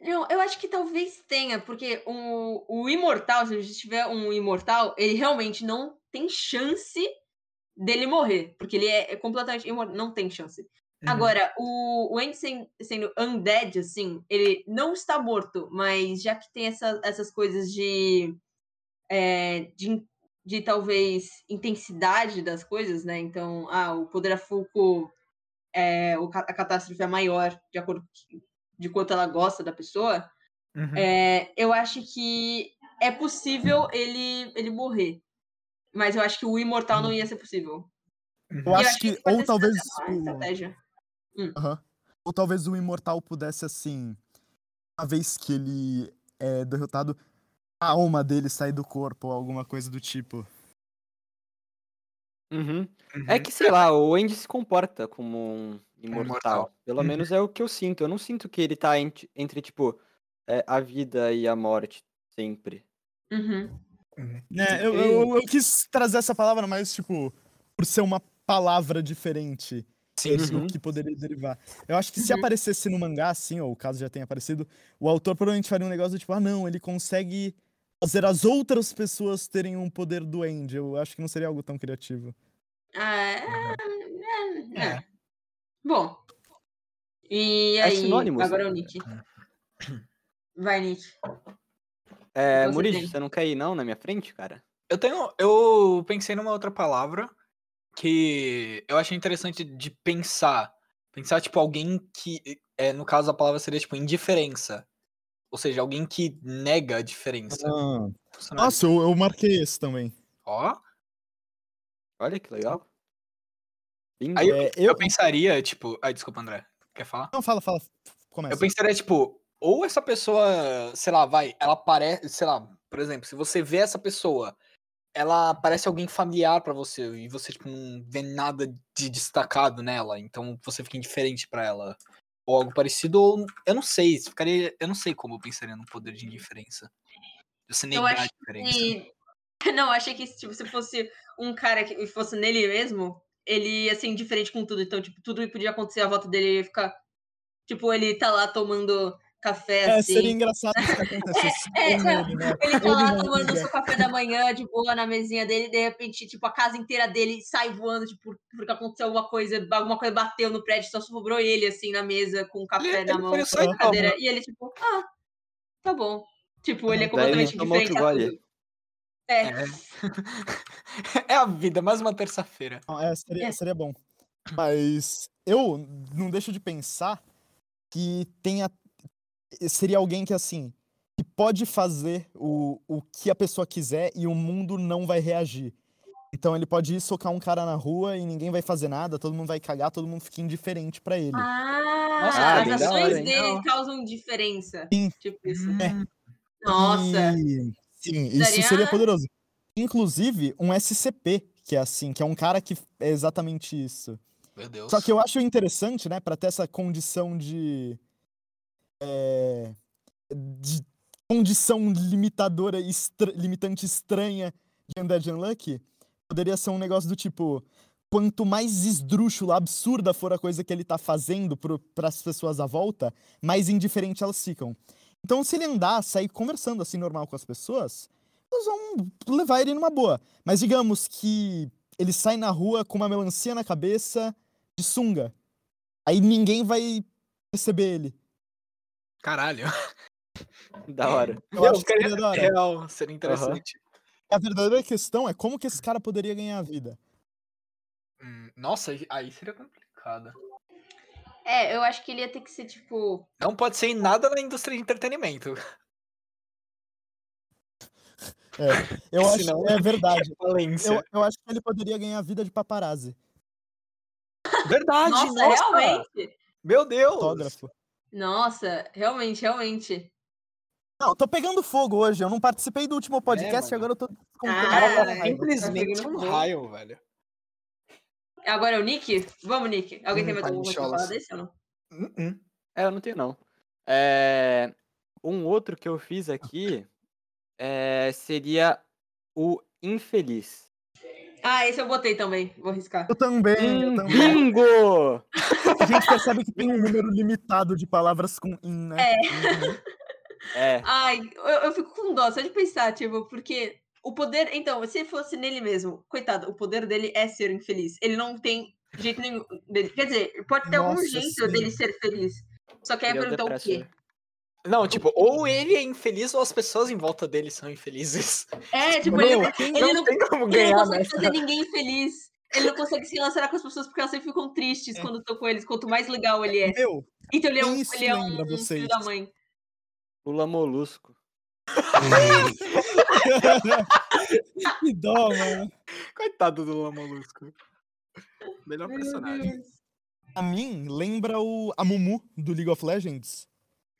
[SPEAKER 2] Não, eu acho que talvez tenha, porque o, o imortal, se a gente tiver um imortal, ele realmente não tem chance dele morrer, porque ele é, é completamente imortal, não tem chance.
[SPEAKER 3] Uhum.
[SPEAKER 2] Agora, o, o Andy sen- sendo undead, assim, ele não está morto, mas já que tem essa- essas coisas de, é, de. in- de talvez intensidade das coisas, né? Então, ah, o poder afulco, é, o ca- a catástrofe é maior, de acordo com- de quanto ela gosta da pessoa.
[SPEAKER 3] Uhum.
[SPEAKER 2] É, eu acho que é possível ele, ele morrer. Mas eu acho que o imortal não ia ser possível.
[SPEAKER 1] Uhum. Eu
[SPEAKER 2] E
[SPEAKER 1] acho que,
[SPEAKER 2] isso pode
[SPEAKER 1] ou
[SPEAKER 2] né? ser
[SPEAKER 1] talvez.
[SPEAKER 2] uma
[SPEAKER 1] o-
[SPEAKER 2] estratégia.
[SPEAKER 1] Aham. Ou talvez o imortal pudesse, assim, uma vez que ele é derrotado, a alma dele sair do corpo ou alguma coisa do tipo.
[SPEAKER 4] Uhum.
[SPEAKER 3] Uhum.
[SPEAKER 4] É que, sei lá, o Andy se comporta como um imortal.
[SPEAKER 3] imortal.
[SPEAKER 4] Pelo
[SPEAKER 3] Uhum.
[SPEAKER 4] menos é o que eu sinto. Eu não sinto que ele tá ent- entre, tipo, é, a vida e a morte sempre.
[SPEAKER 2] Uhum.
[SPEAKER 1] Né, eu, eu, eu quis trazer essa palavra, mas, tipo, por ser uma palavra diferente
[SPEAKER 3] Sim,
[SPEAKER 4] Uhum.
[SPEAKER 1] do
[SPEAKER 3] sim.
[SPEAKER 1] que poderia derivar. Eu acho que se
[SPEAKER 2] Uhum.
[SPEAKER 1] aparecesse no mangá, assim, ou o caso já tenha aparecido, o autor provavelmente faria um negócio do tipo, ah, não, ele consegue fazer as outras pessoas terem um poder do End. Eu acho que não seria algo tão criativo.
[SPEAKER 2] Ah, é, é, é.
[SPEAKER 3] É.
[SPEAKER 2] Bom. E
[SPEAKER 4] É
[SPEAKER 2] aí,
[SPEAKER 4] sinônimos,
[SPEAKER 2] agora
[SPEAKER 4] né?
[SPEAKER 2] o Nick. Vai, Nick.
[SPEAKER 4] É,
[SPEAKER 2] Então você
[SPEAKER 4] Murilo,
[SPEAKER 2] tem.
[SPEAKER 4] você não quer ir não na minha frente, cara?
[SPEAKER 3] Eu tenho. Eu pensei numa outra palavra que eu achei interessante de pensar. Pensar, tipo, alguém que. É, no caso, a palavra seria, tipo, indiferença. Ou seja, alguém que nega a diferença. Funcionaria.
[SPEAKER 1] Nossa, eu, eu marquei esse também.
[SPEAKER 3] Ó.
[SPEAKER 4] Olha que legal. Bingo.
[SPEAKER 3] Aí eu,
[SPEAKER 1] É,
[SPEAKER 3] eu
[SPEAKER 1] eu-
[SPEAKER 3] pensaria, tipo. Ai, desculpa, André. Quer falar?
[SPEAKER 1] Não, fala, fala. Começa.
[SPEAKER 3] Eu pensaria, tipo, ou essa pessoa, sei lá, vai, ela parece, sei lá, por exemplo, se você vê essa pessoa, ela parece alguém familiar pra você e você, tipo, não vê nada de destacado nela, então você fica indiferente pra ela. Ou algo parecido, ou eu não sei, isso ficaria, eu não sei como eu pensaria no poder de indiferença. Você negar a
[SPEAKER 2] acho
[SPEAKER 3] diferença.
[SPEAKER 2] E. Não, achei que tipo, se fosse um cara que fosse nele mesmo, ele ia ser indiferente com tudo. Então, tipo, tudo podia acontecer à volta dele, ele ia ficar. Tipo, ele tá lá tomando café,
[SPEAKER 1] É,
[SPEAKER 2] assim.
[SPEAKER 1] seria engraçado se isso acontecesse.
[SPEAKER 2] é,
[SPEAKER 1] com
[SPEAKER 2] não,
[SPEAKER 1] ele, né?
[SPEAKER 2] Ele tá
[SPEAKER 1] Ele
[SPEAKER 2] lá
[SPEAKER 1] não
[SPEAKER 2] tomando
[SPEAKER 1] liga.
[SPEAKER 2] seu café da manhã de boa na mesinha dele, e de repente, tipo, a casa inteira dele sai voando, tipo, porque aconteceu alguma coisa, alguma coisa bateu no prédio, só sobrou ele, assim, na mesa, com o café
[SPEAKER 3] Ele-
[SPEAKER 2] na
[SPEAKER 3] ele
[SPEAKER 2] mão,
[SPEAKER 3] foi
[SPEAKER 2] com
[SPEAKER 3] só
[SPEAKER 2] a
[SPEAKER 3] e toma.
[SPEAKER 2] cadeira. E ele, tipo, ah, tá bom. Tipo, ele
[SPEAKER 1] Daí
[SPEAKER 2] é
[SPEAKER 1] ele
[SPEAKER 2] completamente
[SPEAKER 4] toma outro
[SPEAKER 2] indiferente a
[SPEAKER 4] gole.
[SPEAKER 2] tudo. É,
[SPEAKER 3] É a vida, mais uma terça-feira.
[SPEAKER 1] Não, é, seria,
[SPEAKER 2] É.
[SPEAKER 1] seria bom. Mas eu não deixo de pensar que tenha. Seria alguém que, assim, que pode fazer o, o que a pessoa quiser e o mundo não vai reagir. Então ele pode ir socar um cara na rua e ninguém vai fazer nada, todo mundo vai cagar, todo mundo fica indiferente pra ele.
[SPEAKER 2] Ah,
[SPEAKER 3] Nossa,
[SPEAKER 4] Ah,
[SPEAKER 2] as
[SPEAKER 4] bem da
[SPEAKER 2] ações
[SPEAKER 4] hora, hein?
[SPEAKER 2] dele
[SPEAKER 3] Não.
[SPEAKER 2] causam diferença.
[SPEAKER 1] Sim.
[SPEAKER 2] Tipo isso.
[SPEAKER 1] É.
[SPEAKER 3] Hum,
[SPEAKER 2] Nossa.
[SPEAKER 1] E- sim,
[SPEAKER 2] Daria-
[SPEAKER 1] isso seria poderoso. Inclusive, um SCP, que é assim, que é um cara que é exatamente isso.
[SPEAKER 3] Meu Deus.
[SPEAKER 1] Só que eu acho interessante, né, pra ter essa condição de. é, de condição limitadora, estra- limitante estranha de Undead Unlucky, poderia ser um negócio do tipo. Quanto mais esdrúxula, absurda for a coisa que ele tá fazendo para as pessoas à volta, mais indiferente elas ficam. Então, se ele andar, sair conversando assim normal com as pessoas, elas vão levar ele numa boa. Mas digamos que ele sai na rua com uma melancia na cabeça, de sunga. Aí ninguém vai perceber ele.
[SPEAKER 3] Caralho.
[SPEAKER 4] Da hora.
[SPEAKER 1] Eu acho que seria da hora.
[SPEAKER 3] real, seria interessante.
[SPEAKER 1] A verdadeira questão é como que esse cara poderia ganhar a vida.
[SPEAKER 3] Hum, nossa, aí seria complicado.
[SPEAKER 2] É, eu acho que ele ia ter que ser, tipo.
[SPEAKER 3] Não pode ser em nada na indústria de entretenimento.
[SPEAKER 1] Eu acho
[SPEAKER 3] Senão-
[SPEAKER 1] é verdade.
[SPEAKER 3] Valência.
[SPEAKER 1] Eu, eu acho que ele poderia ganhar a vida de paparazzi,
[SPEAKER 3] Verdade,
[SPEAKER 2] Nossa, realmente.
[SPEAKER 3] Meu Deus.
[SPEAKER 1] fotógrafo.
[SPEAKER 2] Nossa, realmente, realmente.
[SPEAKER 1] Não, tô pegando fogo hoje. Eu não participei do último podcast e
[SPEAKER 3] É,
[SPEAKER 1] agora
[SPEAKER 3] mano.
[SPEAKER 1] eu tô
[SPEAKER 3] O
[SPEAKER 1] descontando.
[SPEAKER 3] cara
[SPEAKER 2] Ah,
[SPEAKER 3] tá
[SPEAKER 2] velho.
[SPEAKER 3] simplesmente
[SPEAKER 2] Tá
[SPEAKER 3] um
[SPEAKER 2] pegando fogo.
[SPEAKER 3] raio, velho.
[SPEAKER 2] Agora é o Nick? Vamos, Nick. Alguém tem
[SPEAKER 3] Hum,
[SPEAKER 2] mais alguma coisa pra
[SPEAKER 3] panicholas.
[SPEAKER 2] falar desse ou não?
[SPEAKER 3] Hum, hum.
[SPEAKER 4] É, eu não tenho não. É, um outro que eu fiz aqui é, seria o infeliz.
[SPEAKER 2] Ah, esse eu botei também. Vou riscar.
[SPEAKER 1] Eu também, eu
[SPEAKER 4] Hum,
[SPEAKER 1] também.
[SPEAKER 4] bingo!
[SPEAKER 1] A gente percebe que tem um número limitado de palavras com in, né? É.
[SPEAKER 4] É,
[SPEAKER 2] Ai, eu, eu fico com dó só de pensar, tipo, porque o poder. Então, se fosse nele mesmo, coitado, o poder dele é ser infeliz. Ele não tem jeito nenhum dele. Quer dizer, pode ter algum
[SPEAKER 1] Nossa,
[SPEAKER 2] jeito
[SPEAKER 1] sim.
[SPEAKER 2] dele ser feliz. Só que aí
[SPEAKER 4] ele é o
[SPEAKER 2] perguntar o quê?
[SPEAKER 4] depressor.
[SPEAKER 3] Não, tipo, ou ele é infeliz ou as pessoas em volta dele são infelizes.
[SPEAKER 2] É, tipo, ele,
[SPEAKER 3] Meu,
[SPEAKER 2] não-
[SPEAKER 3] quem-
[SPEAKER 2] ele
[SPEAKER 3] não,
[SPEAKER 2] não-
[SPEAKER 3] tem
[SPEAKER 2] ele
[SPEAKER 3] como
[SPEAKER 2] não
[SPEAKER 3] ganhar
[SPEAKER 2] consegue
[SPEAKER 3] nessa.
[SPEAKER 2] fazer ninguém feliz. Ele não consegue se relacionar com as pessoas porque elas sempre ficam tristes quando eu tô com eles. Quanto mais legal ele é.
[SPEAKER 1] Meu,
[SPEAKER 2] Então ele é
[SPEAKER 1] quem
[SPEAKER 2] um,
[SPEAKER 1] É. isso
[SPEAKER 2] ele é um
[SPEAKER 1] lembra vocês?
[SPEAKER 2] filho da mãe.
[SPEAKER 4] Lula Molusco.
[SPEAKER 1] que dó, mano.
[SPEAKER 3] Coitado do Lula Molusco. Melhor personagem.
[SPEAKER 1] A mim, lembra o a Mumu do League of Legends.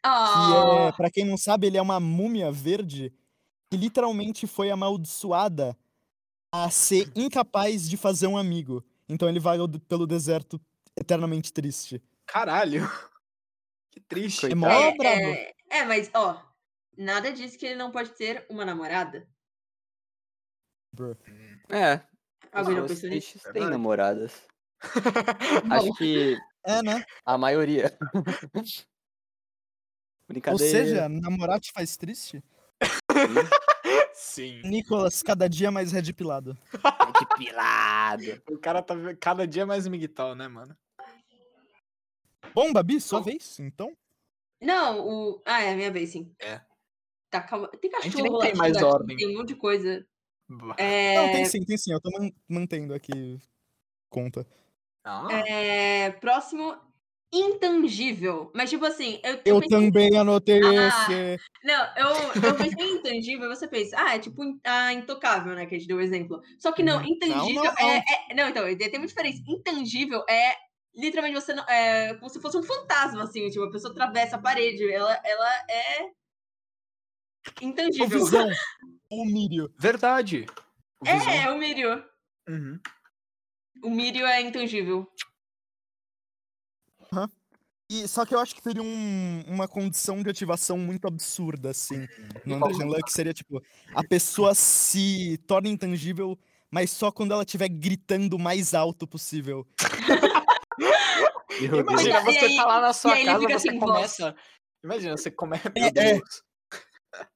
[SPEAKER 1] Que
[SPEAKER 2] Ah,
[SPEAKER 1] é, pra quem não sabe, ele é uma múmia verde que literalmente foi amaldiçoada a ser incapaz de fazer um amigo. Então ele vai ao- pelo deserto eternamente triste.
[SPEAKER 3] Caralho. Que triste.
[SPEAKER 1] É
[SPEAKER 4] Coitado.
[SPEAKER 1] mó
[SPEAKER 2] é,
[SPEAKER 1] brabo.
[SPEAKER 2] é- é, mas, ó, nada diz que ele não pode ter uma namorada.
[SPEAKER 4] É,
[SPEAKER 2] Alguém já
[SPEAKER 4] pessoas
[SPEAKER 2] pensou Ah, nisso? Tá
[SPEAKER 4] tristes têm
[SPEAKER 3] Verdade.
[SPEAKER 4] namoradas.
[SPEAKER 2] Bom,
[SPEAKER 4] Acho que
[SPEAKER 1] É, né?
[SPEAKER 4] a maioria.
[SPEAKER 1] Ou
[SPEAKER 4] Brincadeira.
[SPEAKER 1] seja, namorar te faz triste?
[SPEAKER 3] Sim.
[SPEAKER 1] Nicolas, cada dia mais red pilado.
[SPEAKER 4] É de pilado.
[SPEAKER 3] O cara tá cada dia mais miguel, né, mano?
[SPEAKER 1] Bom, Babi, sua
[SPEAKER 3] Bom.
[SPEAKER 1] vez, então.
[SPEAKER 2] Não, o. Ah, é a minha vez, sim.
[SPEAKER 3] É.
[SPEAKER 2] Tá, calma. Tem
[SPEAKER 3] gente
[SPEAKER 2] cachorro
[SPEAKER 3] nem
[SPEAKER 2] lá.
[SPEAKER 3] tem mais ordem.
[SPEAKER 2] Tem um monte de coisa.
[SPEAKER 3] Bah.
[SPEAKER 2] É,
[SPEAKER 1] Não, tem sim, tem sim. Eu tô man- mantendo aqui conta.
[SPEAKER 3] Ah,
[SPEAKER 2] é, próximo, intangível. Mas, tipo assim, eu,
[SPEAKER 1] Eu
[SPEAKER 2] pensei-
[SPEAKER 1] também anotei
[SPEAKER 2] Ah.
[SPEAKER 1] esse.
[SPEAKER 2] Não, eu, eu pensei em intangível, você pensa, ah, é tipo in- a intocável, né? Que a gente deu o exemplo. Só que não, intangível
[SPEAKER 1] Hum, não,
[SPEAKER 2] É, é- Não, então, tem uma diferença. Intangível é literalmente você não. É como se fosse um fantasma, assim, tipo, a pessoa atravessa a parede. Ela, ela é.
[SPEAKER 1] O
[SPEAKER 2] Intangível.
[SPEAKER 1] visão. O Mírio.
[SPEAKER 3] verdade. O Visão.
[SPEAKER 2] É, é o Mirio.
[SPEAKER 3] Uhum.
[SPEAKER 2] O Mirio é intangível.
[SPEAKER 1] E, só que eu acho que teria um- uma condição de ativação muito absurda, assim, no
[SPEAKER 3] Qual?
[SPEAKER 1] Underground Luck, que seria, tipo, a pessoa se torna intangível, mas só quando ela estiver gritando o mais alto possível.
[SPEAKER 4] Meu Deus.
[SPEAKER 3] Imagina,
[SPEAKER 2] Deus. E
[SPEAKER 3] você
[SPEAKER 2] aí-
[SPEAKER 3] tá lá na
[SPEAKER 2] e
[SPEAKER 3] sua
[SPEAKER 2] aí ele
[SPEAKER 3] casa,
[SPEAKER 2] fica
[SPEAKER 3] você
[SPEAKER 2] sem voz.
[SPEAKER 3] começa. Imagina, você começa.
[SPEAKER 1] É.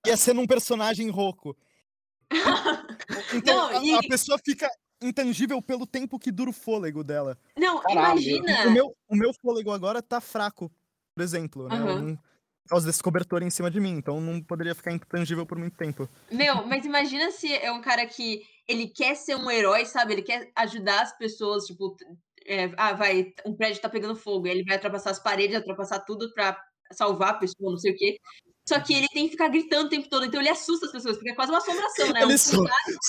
[SPEAKER 1] Ia ser num personagem rouco. Então,
[SPEAKER 2] Não,
[SPEAKER 1] a- a,
[SPEAKER 2] e-
[SPEAKER 1] pessoa fica intangível pelo tempo que dura o fôlego dela.
[SPEAKER 2] Não,
[SPEAKER 3] Caralho.
[SPEAKER 1] O,
[SPEAKER 2] imagina.
[SPEAKER 1] meu, o meu fôlego agora tá fraco, por exemplo, né? Eu
[SPEAKER 2] Aham.
[SPEAKER 1] não- por causa desse cobertor em cima de mim, então não poderia ficar intangível por muito tempo.
[SPEAKER 2] Meu, mas imagina se é um cara que ele quer ser um herói, sabe? Ele quer ajudar as pessoas, tipo, t- é, ah, vai, um prédio tá pegando fogo, ele vai ultrapassar as paredes, ultrapassar tudo pra salvar a pessoa, não sei o quê. Só que ele tem que ficar gritando o tempo todo, então ele assusta as pessoas, porque é quase uma assombração, né? Um
[SPEAKER 1] Ele só,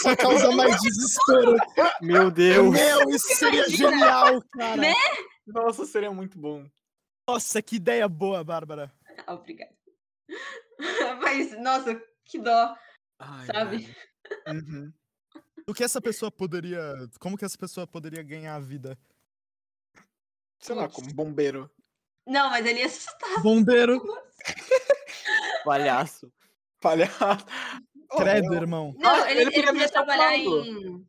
[SPEAKER 1] só causa mais desespero.
[SPEAKER 4] Meu Deus.
[SPEAKER 1] Meu, isso seria
[SPEAKER 2] Imagina.
[SPEAKER 1] genial, cara.
[SPEAKER 2] Né?
[SPEAKER 3] Nossa, seria muito bom.
[SPEAKER 1] Nossa, que ideia boa, Bárbara.
[SPEAKER 2] Ah, Obrigada. Mas, nossa, que dó.
[SPEAKER 3] Ai,
[SPEAKER 2] Sabe?
[SPEAKER 3] velho. Uhum.
[SPEAKER 1] Do que essa pessoa poderia. Como que essa pessoa poderia ganhar a vida?
[SPEAKER 3] Sei lá, como bombeiro.
[SPEAKER 2] Não, mas ele ia assustar.
[SPEAKER 1] Bombeiro,
[SPEAKER 4] Palhaço.
[SPEAKER 3] Palhaço. Oh,
[SPEAKER 1] credo, irmão.
[SPEAKER 2] Não,
[SPEAKER 3] Ah,
[SPEAKER 2] ele,
[SPEAKER 3] ele
[SPEAKER 2] ele
[SPEAKER 3] podia
[SPEAKER 2] podia
[SPEAKER 3] virar um
[SPEAKER 2] trabalhar
[SPEAKER 3] mago.
[SPEAKER 2] em.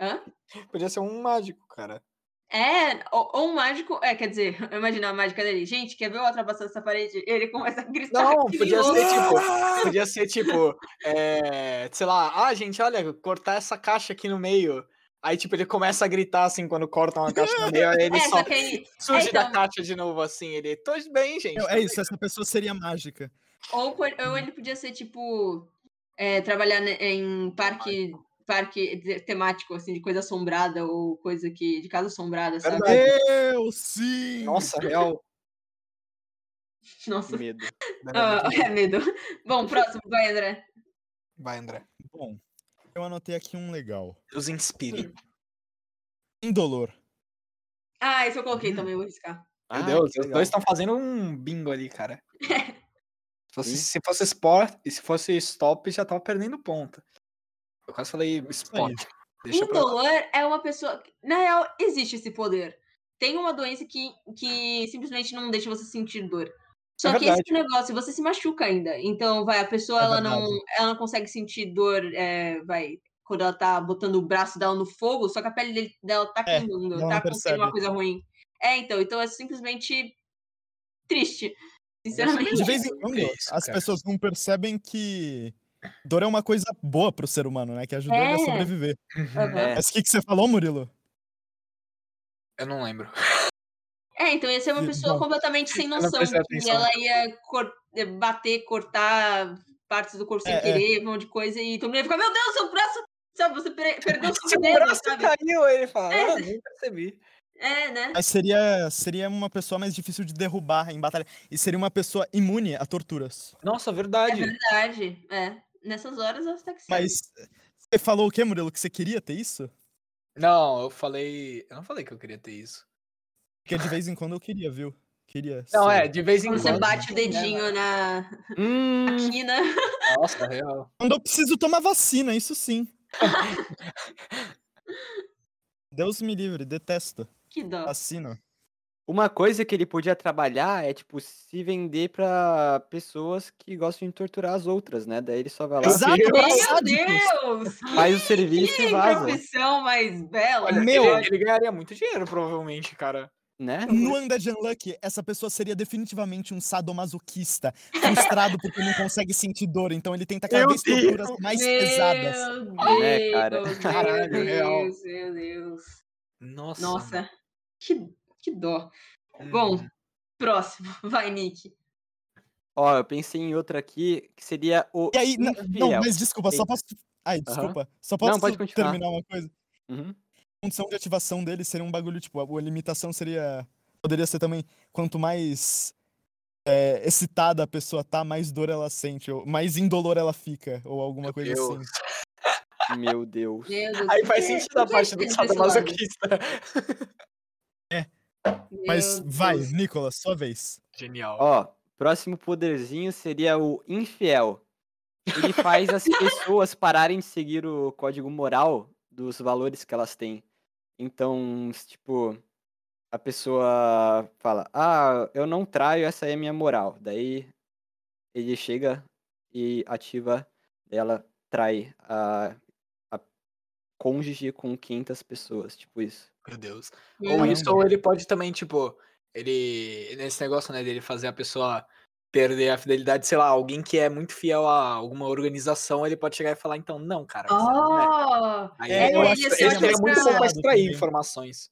[SPEAKER 2] Hã?
[SPEAKER 3] meu, Podia ser um mágico, cara.
[SPEAKER 2] É, ou, ou um mágico. É, quer dizer, imagina a mágica dele. Gente, quer ver eu atravessando essa parede? Ele começa a gritar.
[SPEAKER 3] Não,
[SPEAKER 2] que
[SPEAKER 3] podia
[SPEAKER 2] louco.
[SPEAKER 3] ser tipo. Podia ser tipo. é, sei lá, ah, gente, olha, cortar essa caixa aqui no meio. Aí, tipo, ele começa a gritar assim quando cortam uma caixa no meio, aí ele
[SPEAKER 2] É,
[SPEAKER 3] só
[SPEAKER 2] só que aí.
[SPEAKER 3] surge da
[SPEAKER 2] então.
[SPEAKER 3] caixa de novo assim. Ele, tô bem, gente.
[SPEAKER 1] Não, É isso, essa pessoa seria mágica.
[SPEAKER 2] Ou, po- ou ele podia ser tipo. é, trabalhar ne- em parque. Parque de- temático, assim, de coisa assombrada ou coisa que. de casa assombrada, sabe?
[SPEAKER 3] Verdade.
[SPEAKER 1] Eu sim!
[SPEAKER 3] Nossa, real.
[SPEAKER 2] Nossa.
[SPEAKER 4] Medo.
[SPEAKER 2] Ah, é medo. Bom, próximo, vai, André.
[SPEAKER 3] Vai, André.
[SPEAKER 1] Bom, eu anotei aqui um legal.
[SPEAKER 3] Deus inspire.
[SPEAKER 1] Indolor.
[SPEAKER 2] Ah, esse eu coloquei também, vou riscar.
[SPEAKER 4] Ah,
[SPEAKER 3] Meu Deus,
[SPEAKER 4] que
[SPEAKER 3] os
[SPEAKER 4] legal.
[SPEAKER 3] dois estão fazendo um bingo ali, cara. Se fosse,
[SPEAKER 4] Sim.
[SPEAKER 3] se fosse sport, e se fosse stop, já tava perdendo ponto. Eu quase falei spot. Deixa pra... lá.
[SPEAKER 2] Indolor é uma pessoa. Na real, existe esse poder. Tem uma doença que, que simplesmente não deixa você sentir dor. Só que
[SPEAKER 3] verdade.
[SPEAKER 2] esse negócio, você se machuca ainda. Então, vai, a pessoa
[SPEAKER 1] É É
[SPEAKER 2] ela não,
[SPEAKER 1] verdade.
[SPEAKER 2] ela não consegue sentir dor, é, vai, quando ela tá botando o braço dela no fogo, só que a pele dele- dela tá
[SPEAKER 1] É,
[SPEAKER 2] queimando,
[SPEAKER 1] ela
[SPEAKER 2] tá
[SPEAKER 1] não
[SPEAKER 2] acontecendo
[SPEAKER 1] percebe.
[SPEAKER 2] uma coisa ruim. É, então, então é simplesmente triste.
[SPEAKER 1] É, De
[SPEAKER 2] Sinceramente.
[SPEAKER 1] vez em quando,
[SPEAKER 3] É isso,
[SPEAKER 1] as
[SPEAKER 3] cara.
[SPEAKER 1] pessoas não percebem que dor é uma coisa boa pro ser humano, né? Que ajuda ele
[SPEAKER 2] É.
[SPEAKER 1] a sobreviver.
[SPEAKER 2] Aham.
[SPEAKER 4] É.
[SPEAKER 1] Mas o que, que você falou, Murilo?
[SPEAKER 3] Eu não lembro.
[SPEAKER 2] É, então ia ser uma
[SPEAKER 1] Ih,
[SPEAKER 2] pessoa
[SPEAKER 1] bom.
[SPEAKER 2] completamente sem
[SPEAKER 3] não
[SPEAKER 2] noção.
[SPEAKER 3] prestei
[SPEAKER 2] E
[SPEAKER 3] atenção.
[SPEAKER 2] ela ia cor- eh, bater, cortar partes do corpo sem
[SPEAKER 1] É, é.
[SPEAKER 2] querer, um monte de coisa, e todo mundo ia ficar, meu Deus, seu braço! Sabe, você per- perdeu o
[SPEAKER 3] Seu
[SPEAKER 2] seu dedo,
[SPEAKER 3] braço
[SPEAKER 2] sabe?
[SPEAKER 3] caiu, aí ele fala.
[SPEAKER 2] É.
[SPEAKER 3] Ah, nem percebi.
[SPEAKER 2] É, né?
[SPEAKER 1] Mas seria, seria uma pessoa mais difícil de derrubar em batalha. E seria uma pessoa imune a torturas.
[SPEAKER 3] Nossa,
[SPEAKER 2] É
[SPEAKER 3] verdade.
[SPEAKER 2] verdade. É. Nessas horas elas até que sabem.
[SPEAKER 1] Mas você falou o quê, Murilo? Que você queria ter isso?
[SPEAKER 3] Não, eu falei. Eu não falei que eu queria ter isso.
[SPEAKER 1] Porque de vez em quando eu queria, viu? Queria.
[SPEAKER 3] Não,
[SPEAKER 1] ser-
[SPEAKER 3] é, de vez em
[SPEAKER 2] Quando
[SPEAKER 3] quando.
[SPEAKER 2] você bate o
[SPEAKER 3] né?
[SPEAKER 2] dedinho na na
[SPEAKER 4] Hum,
[SPEAKER 2] quina.
[SPEAKER 3] Nossa, real.
[SPEAKER 1] Quando eu preciso tomar vacina, isso sim. Deus me livre, detesto.
[SPEAKER 2] Que dó.
[SPEAKER 1] Vacina.
[SPEAKER 4] uma coisa que ele podia trabalhar é, tipo, se vender pra pessoas que gostam de torturar as outras, né? Daí ele só vai lá,
[SPEAKER 3] Exato.
[SPEAKER 1] Exato,
[SPEAKER 2] Meu
[SPEAKER 1] sádicos.
[SPEAKER 2] Deus!
[SPEAKER 4] faz o serviço e
[SPEAKER 2] Que
[SPEAKER 4] é vaza,
[SPEAKER 2] profissão mais bela!
[SPEAKER 1] Olha, Meu.
[SPEAKER 3] Ele, ele ganharia muito dinheiro, provavelmente, cara.
[SPEAKER 4] né?
[SPEAKER 1] No Undead Unlucky, essa pessoa seria definitivamente um sadomasoquista, frustrado porque não consegue sentir dor, então ele tenta cada
[SPEAKER 4] Meu
[SPEAKER 1] vez
[SPEAKER 4] Deus.
[SPEAKER 1] torturas mais pesadas.
[SPEAKER 2] Meu
[SPEAKER 4] Né, cara?
[SPEAKER 2] Deus,
[SPEAKER 3] Caralho,
[SPEAKER 2] meu
[SPEAKER 3] real.
[SPEAKER 2] Deus, meu Deus.
[SPEAKER 3] Nossa.
[SPEAKER 2] Nossa, que, que dó.
[SPEAKER 3] mano.
[SPEAKER 2] Bom, próximo. Vai, Nick.
[SPEAKER 4] Ó, eu pensei em outra aqui, que seria o
[SPEAKER 1] E aí, na- não,
[SPEAKER 4] infiel.
[SPEAKER 1] mas desculpa, só
[SPEAKER 4] Eita.
[SPEAKER 1] posso. Ai, desculpa. Só
[SPEAKER 4] Não,
[SPEAKER 1] posso
[SPEAKER 4] pode continuar.
[SPEAKER 1] terminar uma coisa?
[SPEAKER 4] Uhum.
[SPEAKER 1] A condição de ativação dele seria um bagulho, tipo, a, a limitação seria. Poderia ser também, quanto mais é, excitada a pessoa tá, mais dor ela sente, ou mais indolor ela fica, ou alguma coisa
[SPEAKER 3] Deus.
[SPEAKER 1] assim.
[SPEAKER 4] Meu Deus.
[SPEAKER 2] Meu Deus.
[SPEAKER 3] Aí
[SPEAKER 2] É,
[SPEAKER 3] faz sentido a
[SPEAKER 2] por que
[SPEAKER 3] parte do
[SPEAKER 2] gente tem esse lado?
[SPEAKER 3] sadomasoquista.
[SPEAKER 2] Meu
[SPEAKER 1] Mas vai,
[SPEAKER 2] Deus.
[SPEAKER 1] Nicolas, sua vez.
[SPEAKER 3] Genial.
[SPEAKER 4] Ó, próximo poderzinho seria o infiel. Ele faz as pessoas pararem de seguir o código moral dos valores que elas têm. Então, s- tipo, a pessoa fala: "Ah, eu não traio, essa é minha moral". Daí ele chega e ativa ela trai a, a cônjuge com 500 pessoas, tipo isso.
[SPEAKER 3] Meu Deus. Ou
[SPEAKER 1] Caramba.
[SPEAKER 3] isso, ou ele pode também, tipo, ele. Nesse negócio, né, dele fazer a pessoa perder a fidelidade, sei lá, alguém que é muito fiel a alguma organização, ele pode chegar e falar, então, não, cara. você não é.
[SPEAKER 2] Oh!
[SPEAKER 3] Aí
[SPEAKER 1] Ah, É,
[SPEAKER 3] ele-
[SPEAKER 1] eu
[SPEAKER 3] ele
[SPEAKER 1] acho que é
[SPEAKER 3] seria
[SPEAKER 1] seria
[SPEAKER 3] muito
[SPEAKER 1] mais
[SPEAKER 3] bom pra
[SPEAKER 1] pra-
[SPEAKER 3] extrair informações.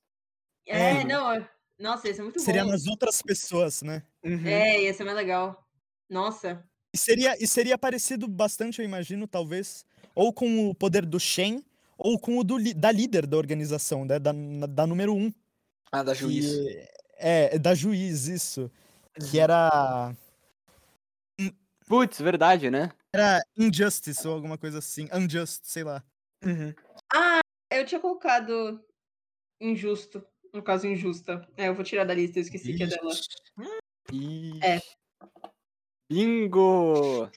[SPEAKER 2] É,
[SPEAKER 1] É.
[SPEAKER 2] não. é- Nossa, isso é muito
[SPEAKER 1] Seria
[SPEAKER 2] bom.
[SPEAKER 1] nas outras pessoas, né?
[SPEAKER 3] Uhum.
[SPEAKER 2] É, ia ser mais legal. Nossa.
[SPEAKER 1] E seria, e seria parecido bastante, eu imagino, talvez, ou com o poder do Shen, ou com o do li- da líder da organização, né, da, na- da número um.
[SPEAKER 3] Ah, da
[SPEAKER 1] que
[SPEAKER 3] juiz. Uhum.
[SPEAKER 1] é, é da juiz, isso. Que era.
[SPEAKER 4] Putz, verdade, né?
[SPEAKER 1] Era Injustice ou alguma coisa assim. Unjust, sei lá.
[SPEAKER 3] Uhum.
[SPEAKER 2] Eu tinha colocado injusto. No caso, injusta. É, eu vou tirar da lista, eu esqueci que é dela.
[SPEAKER 1] Ixi.
[SPEAKER 2] É.
[SPEAKER 4] Ixi. Bingo!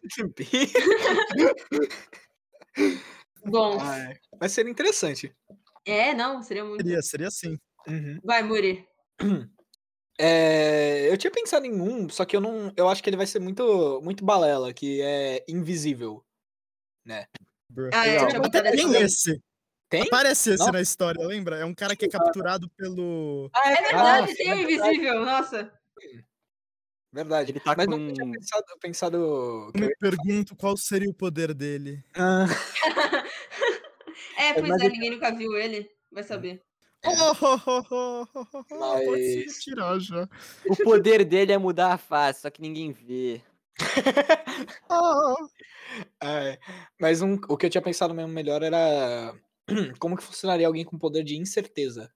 [SPEAKER 2] Bom,
[SPEAKER 3] Ah, é. Mas seria interessante.
[SPEAKER 2] é, não, seria muito.
[SPEAKER 1] Seria, seria assim.
[SPEAKER 3] Uhum.
[SPEAKER 2] Vai, Muri.
[SPEAKER 3] É, eu tinha pensado em um, só que eu não. Eu acho que ele vai ser muito, muito balela, que é invisível.
[SPEAKER 1] Bruh.
[SPEAKER 2] Ah, é, eu
[SPEAKER 4] Legal.
[SPEAKER 1] Até
[SPEAKER 2] tinha colocado essa
[SPEAKER 1] tem
[SPEAKER 2] também.
[SPEAKER 1] esse.
[SPEAKER 3] Tem?
[SPEAKER 1] Aparece esse
[SPEAKER 3] Não.
[SPEAKER 1] na história, lembra? É um cara que é capturado pelo.
[SPEAKER 3] Ah,
[SPEAKER 2] É verdade, tem o invisível, nossa.
[SPEAKER 3] Verdade.
[SPEAKER 4] Ele tá
[SPEAKER 3] Mas
[SPEAKER 4] com.
[SPEAKER 3] não tinha pensado, pensado
[SPEAKER 1] Eu me Ah. pergunto qual seria o poder dele.
[SPEAKER 2] É, pois
[SPEAKER 3] mas
[SPEAKER 2] é,
[SPEAKER 3] ele-
[SPEAKER 2] ninguém nunca viu ele. Vai saber.
[SPEAKER 3] É.
[SPEAKER 1] Oh, oh, oh, oh, oh, oh, oh, Pode se
[SPEAKER 3] Mas-
[SPEAKER 1] retirar já.
[SPEAKER 4] O poder dele é mudar a face, só que ninguém vê.
[SPEAKER 1] Ah.
[SPEAKER 3] É, mas um- o que eu tinha pensado mesmo melhor era como que funcionaria alguém com poder de incerteza.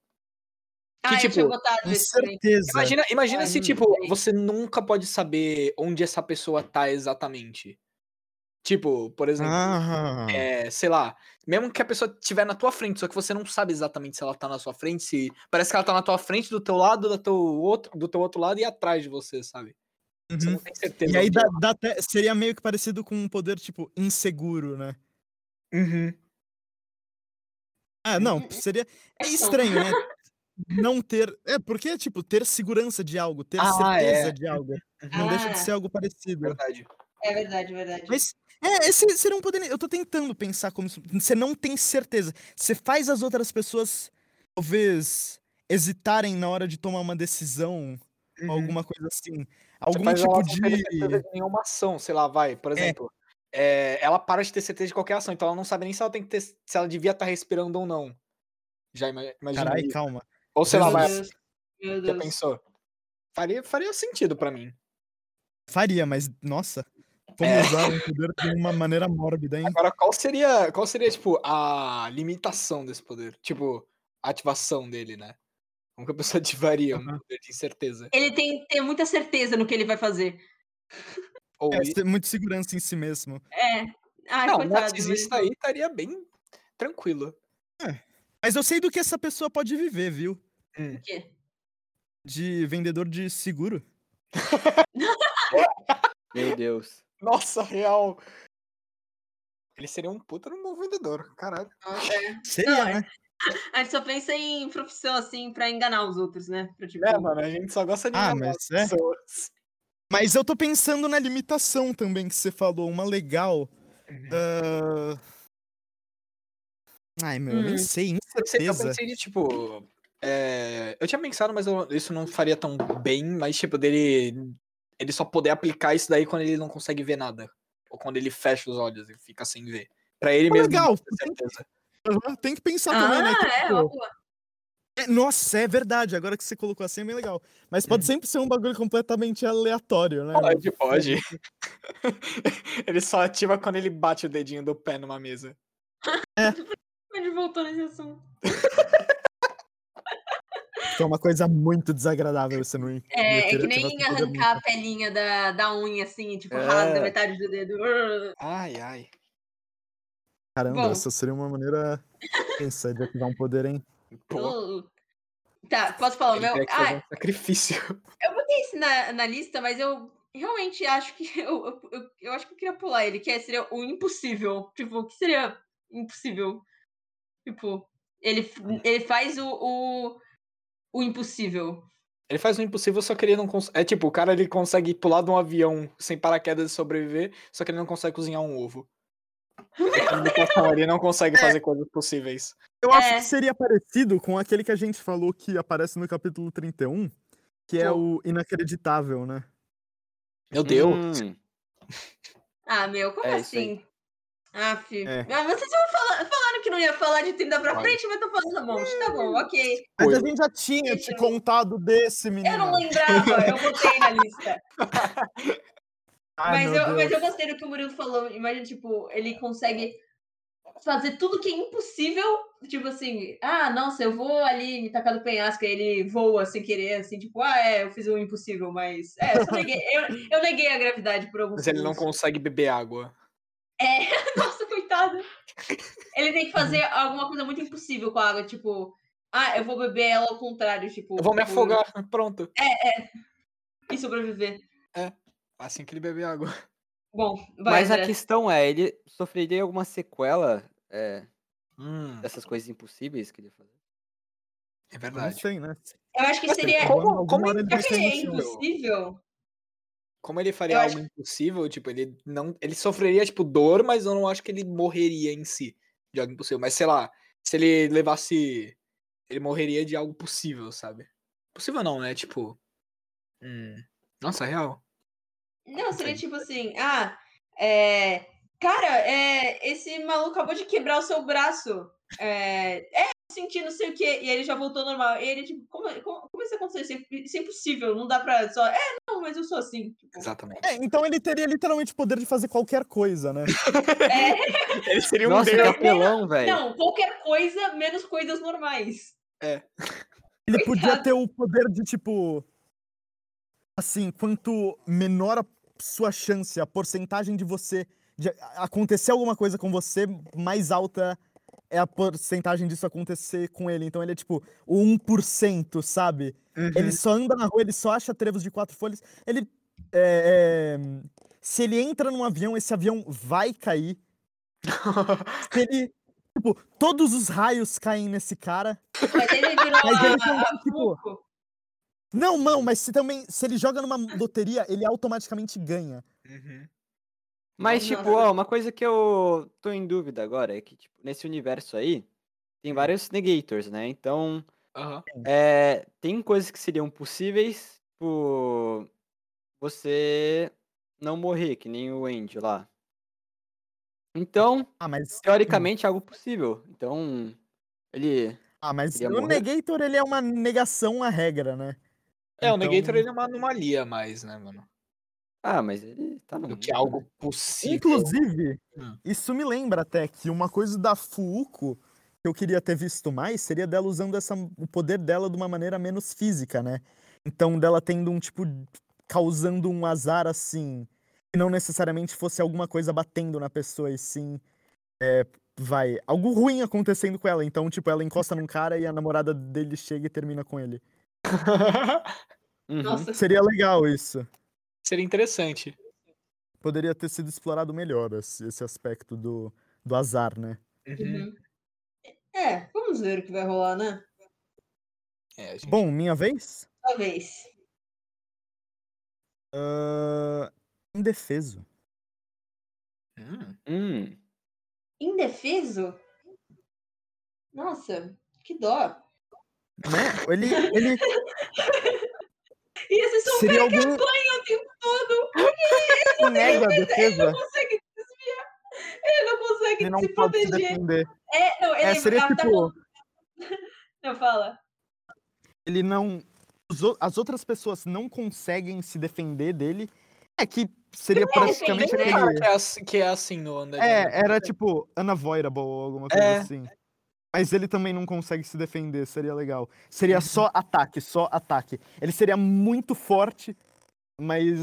[SPEAKER 2] Ah,
[SPEAKER 3] Que,
[SPEAKER 2] eu
[SPEAKER 3] tipo,
[SPEAKER 2] tinha botado
[SPEAKER 1] Com
[SPEAKER 2] esse também.
[SPEAKER 1] certeza.
[SPEAKER 3] Imagina, imagina
[SPEAKER 2] Ah,
[SPEAKER 3] se,
[SPEAKER 4] hum,
[SPEAKER 3] tipo,
[SPEAKER 2] sei.
[SPEAKER 3] você nunca pode saber onde essa pessoa tá exatamente. Tipo, por exemplo,
[SPEAKER 1] Ah.
[SPEAKER 3] é, sei lá, mesmo que a pessoa estiver na tua frente, só que você não sabe exatamente se ela tá na sua frente, se parece que ela tá na tua frente, do teu lado, do teu outro, do teu outro lado e atrás de você, sabe? Você
[SPEAKER 1] Uhum.
[SPEAKER 3] não tem certeza.
[SPEAKER 1] E aí
[SPEAKER 3] onde
[SPEAKER 1] dá,
[SPEAKER 3] ela-
[SPEAKER 1] dá até- seria meio que parecido com um poder, tipo, inseguro, né?
[SPEAKER 3] Uhum.
[SPEAKER 1] Ah, não, seria. É estranho, né? Não ter. É, porque, tipo, ter segurança de algo, ter
[SPEAKER 3] Ah,
[SPEAKER 1] certeza
[SPEAKER 3] é.
[SPEAKER 1] de algo. Não deixa
[SPEAKER 2] Ah.
[SPEAKER 1] de ser algo parecido.
[SPEAKER 3] Verdade.
[SPEAKER 2] É verdade, é verdade.
[SPEAKER 1] Mas É, é, você você não poderia. Eu tô tentando pensar como. isso- Você não tem certeza. Você faz as outras pessoas, talvez, hesitarem na hora de tomar uma decisão, ou alguma coisa assim.
[SPEAKER 3] Uhum. Você
[SPEAKER 1] Algum
[SPEAKER 3] faz ela
[SPEAKER 1] tipo
[SPEAKER 3] não ter certeza
[SPEAKER 1] de.
[SPEAKER 3] de nenhuma ação, sei lá, vai, por exemplo. é, ela para de ter certeza de qualquer ação, então ela não sabe nem se ela tem que ter, se ela devia estar respirando ou não. Já ima- imagina.
[SPEAKER 1] Carai,
[SPEAKER 3] isso.
[SPEAKER 1] calma.
[SPEAKER 3] ou sei lá,
[SPEAKER 1] Deus.
[SPEAKER 3] vai,
[SPEAKER 2] Meu
[SPEAKER 3] já
[SPEAKER 2] Deus.
[SPEAKER 3] pensou? Faria, faria sentido pra mim.
[SPEAKER 1] Faria, mas nossa. Como
[SPEAKER 3] É.
[SPEAKER 1] usar um poder de uma maneira mórbida, hein?
[SPEAKER 3] Agora, qual seria, qual seria, tipo, a limitação desse poder? Tipo, a ativação dele, né? Como que a pessoa ativaria um
[SPEAKER 1] Aham.
[SPEAKER 3] poder de incerteza?
[SPEAKER 2] Ele tem que ter muita certeza no que ele vai fazer.
[SPEAKER 3] Ou
[SPEAKER 1] É,
[SPEAKER 3] i-
[SPEAKER 1] ter muito segurança em si mesmo.
[SPEAKER 2] É. Ai,
[SPEAKER 3] não, um
[SPEAKER 2] coitado. mas-
[SPEAKER 3] narcisista aí estaria bem tranquilo.
[SPEAKER 1] Mas eu sei do que essa pessoa pode viver, viu?
[SPEAKER 3] É.
[SPEAKER 2] O quê?
[SPEAKER 1] De vendedor de seguro.
[SPEAKER 4] Meu Deus.
[SPEAKER 3] Nossa, real. Ele seria um puta no vendedor, caralho.
[SPEAKER 2] Nossa, é.
[SPEAKER 1] Seria,
[SPEAKER 2] é.
[SPEAKER 1] né?
[SPEAKER 2] A gente só pensa em profissão, assim, pra enganar os outros, né? Pra, tipo,
[SPEAKER 3] É, mano, a gente só gosta de
[SPEAKER 1] Ah,
[SPEAKER 3] enganar
[SPEAKER 1] mas
[SPEAKER 3] as
[SPEAKER 1] é.
[SPEAKER 3] pessoas.
[SPEAKER 1] Mas eu tô pensando na limitação também que você falou, uma legal.
[SPEAKER 3] Uhum.
[SPEAKER 1] Ah, Ai, meu, eu nem
[SPEAKER 2] Hum.
[SPEAKER 1] sei,
[SPEAKER 3] Eu sei- Eu
[SPEAKER 1] incerteza.
[SPEAKER 3] pensei de, tipo. é, eu tinha pensado, mas eu- isso não faria tão bem, mas, tipo, dele. Ele só poder aplicar isso daí quando ele não consegue ver nada. Ou quando ele fecha os olhos e fica sem ver. Pra ele
[SPEAKER 1] Ah,
[SPEAKER 3] mesmo.
[SPEAKER 1] legal,
[SPEAKER 3] ter certeza.
[SPEAKER 1] Aham, Tem que pensar também, né?
[SPEAKER 2] Ah,
[SPEAKER 1] que,
[SPEAKER 2] é,
[SPEAKER 1] tipo,
[SPEAKER 2] ó, boa.
[SPEAKER 1] é, Nossa, é verdade. Agora que você colocou assim é bem legal. Mas pode sempre ser um bagulho completamente aleatório, né?
[SPEAKER 3] Pode, pode. ele só ativa quando ele bate o dedinho do pé numa mesa.
[SPEAKER 2] A gente voltou nesse assunto.
[SPEAKER 1] Que é uma coisa muito desagradável você não.
[SPEAKER 2] É, é
[SPEAKER 1] querer
[SPEAKER 2] que
[SPEAKER 1] ativar
[SPEAKER 2] nem
[SPEAKER 1] seu poder
[SPEAKER 2] arrancar a pelinha da, da unha, assim, tipo,
[SPEAKER 4] É.
[SPEAKER 2] rasga metade do dedo. Urr.
[SPEAKER 3] Ai, ai.
[SPEAKER 1] Caramba,
[SPEAKER 2] Bom.
[SPEAKER 1] essa seria uma maneira tensa de ativar um poder, hein?
[SPEAKER 3] Pô,
[SPEAKER 2] Uh. Tá, posso falar o
[SPEAKER 3] ele
[SPEAKER 2] meu?
[SPEAKER 3] teria que fazer
[SPEAKER 2] Ah,
[SPEAKER 3] um sacrifício.
[SPEAKER 2] eu botei esse na, na lista, mas eu realmente acho que eu, eu, eu, eu acho que eu queria pular ele, que é, seria o impossível. Tipo, o que seria impossível? Tipo, ele, f-
[SPEAKER 4] É.
[SPEAKER 2] ele faz o, o, o impossível.
[SPEAKER 3] Ele faz o impossível, só que ele não consegue. É tipo, o cara ele consegue pular de um avião sem paraquedas e sobreviver, só que ele não consegue cozinhar um ovo. A limitação, ele tá não consegue fazer coisas possíveis.
[SPEAKER 1] Eu acho
[SPEAKER 2] É.
[SPEAKER 1] que seria parecido com aquele que a gente falou que aparece no capítulo 31, que é o inacreditável, né?
[SPEAKER 3] Meu Deus.
[SPEAKER 4] Hum,
[SPEAKER 2] Ah, meu, como
[SPEAKER 4] É isso aí.
[SPEAKER 2] assim? Aff.
[SPEAKER 1] É.
[SPEAKER 2] Ah, vocês vão falar, falaram que não ia falar de 30 pra
[SPEAKER 3] Olha.
[SPEAKER 2] frente, mas tô falando um monte. Tá bom, ok.
[SPEAKER 1] Mas
[SPEAKER 3] Foi.
[SPEAKER 1] a gente já tinha te contado desse, menino.
[SPEAKER 2] Eu não lembrava, eu botei na lista.
[SPEAKER 1] Ai,
[SPEAKER 2] Mas
[SPEAKER 1] meu
[SPEAKER 2] eu, mas
[SPEAKER 1] Deus.
[SPEAKER 2] eu gostei do que o Murilo falou. Imagina, tipo, ele consegue fazer tudo que é impossível. Tipo assim, ah, nossa, eu vou ali me tacar do penhasco, aí ele voa sem querer, assim, tipo, ah, é, eu fiz o impossível, mas. É, eu, só neguei, eu, eu neguei a gravidade por alguns
[SPEAKER 3] Mas ele não
[SPEAKER 2] segundos.
[SPEAKER 3] consegue beber água.
[SPEAKER 2] Nossa, coitado. Ele tem que fazer
[SPEAKER 3] Uhum.
[SPEAKER 2] alguma coisa muito impossível com a água, tipo, ah, eu vou beber ela ao contrário, tipo.
[SPEAKER 3] Eu vou me
[SPEAKER 2] por-
[SPEAKER 3] afogar. Pronto.
[SPEAKER 2] E sobreviver.
[SPEAKER 3] Assim que ele beber água.
[SPEAKER 2] Bom, vai. né?
[SPEAKER 4] Mas
[SPEAKER 2] Mas
[SPEAKER 4] a questão é, ele sofreria alguma sequela é,
[SPEAKER 3] Hum,
[SPEAKER 4] dessas coisas impossíveis que ele ia fazer?
[SPEAKER 3] é
[SPEAKER 1] Não
[SPEAKER 3] verdade.
[SPEAKER 1] sei, né?
[SPEAKER 2] Eu acho que
[SPEAKER 3] Mas assim,
[SPEAKER 2] seria.
[SPEAKER 3] como-
[SPEAKER 1] Alguma- alguma
[SPEAKER 3] como
[SPEAKER 1] hora ele
[SPEAKER 2] Já
[SPEAKER 1] vai
[SPEAKER 2] que
[SPEAKER 1] cair no
[SPEAKER 2] é
[SPEAKER 1] chão.
[SPEAKER 2] impossível.
[SPEAKER 3] Como ele faria
[SPEAKER 2] Eu
[SPEAKER 3] algo impossível, tipo, ele não. Ele sofreria, tipo, dor, mas eu não acho que ele morreria em si de algo impossível. Mas sei lá, se ele levasse. Ele morreria de algo possível, sabe? Possível não, né? Tipo. hum, Nossa, real.
[SPEAKER 2] Não, seria
[SPEAKER 3] Entendi.
[SPEAKER 2] tipo assim, ah, é. Cara, é, esse maluco acabou de quebrar o seu braço. É, é eu senti não sei o quê. E ele já voltou ao normal. E ele, tipo, como, como, como isso aconteceu? Isso é, isso é impossível, não dá pra só. É, não, mas eu sou assim. Tipo,
[SPEAKER 3] Exatamente.
[SPEAKER 1] É, então ele teria literalmente o poder de fazer qualquer coisa, né?
[SPEAKER 2] é,
[SPEAKER 3] Ele seria um
[SPEAKER 4] Nossa, que
[SPEAKER 3] deus.
[SPEAKER 4] apelão, velho.
[SPEAKER 2] Não, qualquer coisa menos coisas normais.
[SPEAKER 1] Ele podia
[SPEAKER 2] Coitado.
[SPEAKER 1] ter o poder de, tipo. Assim, quanto menor a sua chance, a porcentagem de você. de a- acontecer alguma coisa com você, mais alta é a porcentagem disso acontecer com ele. Então ele é tipo o 1%, sabe?
[SPEAKER 3] Uhum.
[SPEAKER 1] Ele só anda na rua, ele só acha trevos de quatro folhas. Ele. é, é, se ele entra num avião, esse avião vai cair. Se ele. Tipo, todos os raios caem nesse cara.
[SPEAKER 2] Mas ele virou
[SPEAKER 1] Mas ele
[SPEAKER 2] a,
[SPEAKER 1] não
[SPEAKER 2] a
[SPEAKER 1] vai, tipo,
[SPEAKER 2] Fuco.
[SPEAKER 1] Não, não, mas se também. Se ele joga numa loteria, ele automaticamente ganha.
[SPEAKER 3] Uhum.
[SPEAKER 4] Mas,
[SPEAKER 2] Nossa.
[SPEAKER 4] tipo, ó, uma coisa que eu tô em dúvida agora é que, tipo, nesse universo aí,
[SPEAKER 3] Hum.
[SPEAKER 4] tem vários negators, né? Então,
[SPEAKER 3] Aham.
[SPEAKER 4] é, tem coisas que seriam possíveis, tipo, você não morrer, que nem o Andy lá. Então,
[SPEAKER 1] Ah, mas,
[SPEAKER 4] teoricamente, é algo possível. Então, ele...
[SPEAKER 1] ah, mas
[SPEAKER 4] Queria
[SPEAKER 1] o
[SPEAKER 4] morrer.
[SPEAKER 1] Negator, ele é uma negação à regra, né?
[SPEAKER 3] É, o
[SPEAKER 1] Então-
[SPEAKER 3] Negator ele é uma anomalia mais, né, mano?
[SPEAKER 4] Ah, mas ele tá no
[SPEAKER 3] Do
[SPEAKER 4] mundo,
[SPEAKER 3] que algo possível.
[SPEAKER 1] Inclusive,
[SPEAKER 3] Hum.
[SPEAKER 1] isso me lembra até que uma coisa da Fuuko que eu queria ter visto mais seria dela usando essa, o poder dela de uma maneira menos física, né? Então, dela tendo um tipo. de- causando um azar assim. Que não necessariamente fosse alguma coisa batendo na pessoa, e sim. é, vai. Algo ruim acontecendo com ela. Então, tipo, ela encosta num cara e a namorada dele chega e termina com ele.
[SPEAKER 4] Uhum.
[SPEAKER 2] Nossa,
[SPEAKER 1] Seria legal isso.
[SPEAKER 3] Seria interessante.
[SPEAKER 1] Poderia ter sido explorado melhor esse, esse aspecto do, do azar, né?
[SPEAKER 3] Uhum.
[SPEAKER 2] Uhum. É, vamos ver o que vai rolar, né?
[SPEAKER 3] É, a gente-
[SPEAKER 1] Bom, minha vez?
[SPEAKER 2] Talvez.
[SPEAKER 1] Ah, indefeso.
[SPEAKER 3] Hum.
[SPEAKER 4] Hum,
[SPEAKER 2] Indefeso? Nossa, que dó.
[SPEAKER 1] Né? Ele, ele
[SPEAKER 2] E esses são
[SPEAKER 1] seria algum
[SPEAKER 2] o tempo todo.
[SPEAKER 1] mega defesa.
[SPEAKER 2] Consegue desviar. Ele não consegue
[SPEAKER 1] Ele não
[SPEAKER 2] se
[SPEAKER 1] pode se
[SPEAKER 2] proteger.
[SPEAKER 1] defender.
[SPEAKER 2] É, não, ele
[SPEAKER 1] É, seria
[SPEAKER 2] ah, tá bom.
[SPEAKER 1] tipo,
[SPEAKER 2] Não, fala.
[SPEAKER 1] ele não. os o- As outras pessoas não conseguem se defender dele. É que seria praticamente
[SPEAKER 2] defender,
[SPEAKER 3] Ah,
[SPEAKER 1] aquele.
[SPEAKER 3] que, é assim, que é assim no André.
[SPEAKER 1] É, era tipo unavoidable ou alguma coisa
[SPEAKER 4] É.
[SPEAKER 1] assim. Mas ele também não consegue se defender, seria legal. Seria
[SPEAKER 2] Uhum.
[SPEAKER 1] só ataque, só ataque. Ele seria muito forte, mas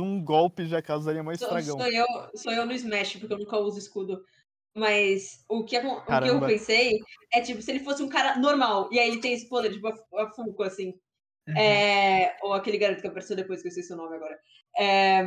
[SPEAKER 1] um golpe já causaria mais
[SPEAKER 2] Sou,
[SPEAKER 1] um estragão.
[SPEAKER 2] sou eu, sou eu no Smash, porque eu nunca uso escudo. Mas o que, acon- o que eu
[SPEAKER 1] Caramba.
[SPEAKER 2] pensei é, tipo, se ele fosse um cara normal, e aí ele tem esse poder, tipo, a, a Funko, assim.
[SPEAKER 3] Uhum.
[SPEAKER 2] É, ou aquele garoto que apareceu depois, que eu sei seu nome agora. É,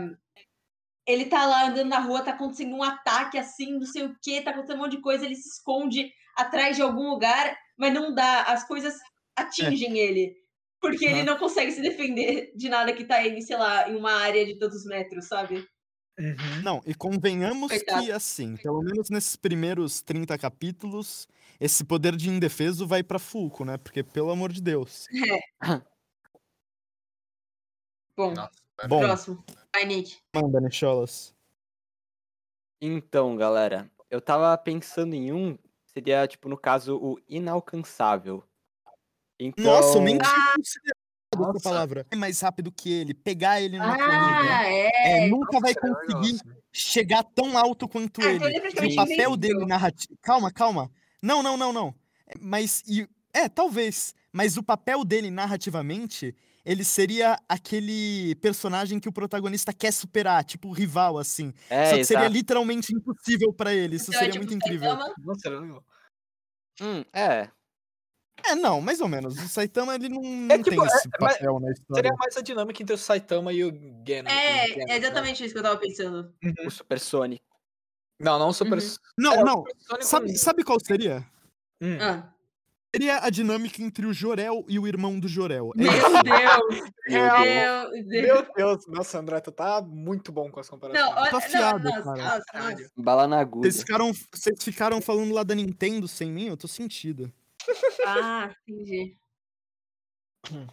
[SPEAKER 2] ele tá lá andando na rua, tá acontecendo um ataque assim, não sei o que, tá acontecendo um monte de coisa, ele se esconde atrás de algum lugar, mas não dá, as coisas atingem ele. Porque ele
[SPEAKER 1] É. Aham.
[SPEAKER 2] não consegue se defender de nada que tá em, sei lá, em uma área de tantos metros, sabe?
[SPEAKER 3] Uhum.
[SPEAKER 1] Não, e convenhamos
[SPEAKER 2] Coitado.
[SPEAKER 1] que, assim, pelo menos nesses primeiros 30 capítulos, esse poder de indefeso vai pra Fulco, né? Porque, pelo amor de Deus.
[SPEAKER 2] É. Bom,
[SPEAKER 3] Nossa,
[SPEAKER 1] Bom,
[SPEAKER 2] próximo. Vai, Nick.
[SPEAKER 1] manda, Nicholas.
[SPEAKER 4] Então, galera, eu tava pensando em um, seria, tipo, no caso, o inalcançável. Então...
[SPEAKER 1] Nossa, o Mendy é considerado
[SPEAKER 4] Nossa.
[SPEAKER 1] essa palavra. É mais rápido que ele, pegar ele numa corrida.
[SPEAKER 2] Ah, é.
[SPEAKER 1] É, nunca vai
[SPEAKER 3] Nossa, assim.
[SPEAKER 1] conseguir
[SPEAKER 3] nossa.
[SPEAKER 1] chegar tão alto quanto
[SPEAKER 2] Ah, então
[SPEAKER 1] ele.
[SPEAKER 2] ele é
[SPEAKER 1] o
[SPEAKER 2] praticamente
[SPEAKER 1] um papel
[SPEAKER 2] invencível.
[SPEAKER 1] dele narrativo. Calma, calma. Não, não, não, não. É, Mas. E... É, talvez. Mas o papel dele narrativamente, ele seria aquele personagem que o protagonista quer superar, tipo o rival, assim.
[SPEAKER 4] É,
[SPEAKER 1] Só que seria
[SPEAKER 4] exato.
[SPEAKER 1] literalmente impossível pra ele. Isso
[SPEAKER 2] Então é
[SPEAKER 1] seria
[SPEAKER 2] tipo
[SPEAKER 1] muito incrível.
[SPEAKER 2] Saitama,
[SPEAKER 3] Nossa, era legal.
[SPEAKER 4] Hum, é.
[SPEAKER 1] É, não, mais ou menos. O Saitama, ele não, não
[SPEAKER 3] tipo,
[SPEAKER 1] tem
[SPEAKER 3] é-
[SPEAKER 1] esse
[SPEAKER 3] mas
[SPEAKER 1] papel na história.
[SPEAKER 3] Seria mais a dinâmica entre o Saitama e o né? Genon.
[SPEAKER 2] É,
[SPEAKER 3] o Genon,
[SPEAKER 2] é exatamente isso que eu tava pensando.
[SPEAKER 4] O Super Sonic.
[SPEAKER 3] Né? Não, não o Super
[SPEAKER 2] Uhum.
[SPEAKER 3] É, Sonic.
[SPEAKER 1] Não, não.
[SPEAKER 3] Sonic
[SPEAKER 1] Sabe, sabe qual seria?
[SPEAKER 3] Hum.
[SPEAKER 2] Ah.
[SPEAKER 1] Seria a dinâmica entre o Jorel e o irmão do Jorel. É
[SPEAKER 2] Meu
[SPEAKER 1] isso.
[SPEAKER 2] Deus!
[SPEAKER 4] Meu
[SPEAKER 3] Real.
[SPEAKER 2] Meu
[SPEAKER 4] Deus.
[SPEAKER 2] Deus!
[SPEAKER 3] Meu Deus, nossa, André, tu tá muito bom com as comparações.
[SPEAKER 2] Não, olha,
[SPEAKER 1] afiado,
[SPEAKER 2] não, nossa,
[SPEAKER 1] cara.
[SPEAKER 2] nossa,
[SPEAKER 3] Caralho.
[SPEAKER 2] nossa.
[SPEAKER 4] Bala na agulha.
[SPEAKER 1] Vocês ficaram, vocês ficaram falando lá da Nintendo sem mim? Eu tô sentido.
[SPEAKER 2] Ah, entendi.
[SPEAKER 1] Nossa,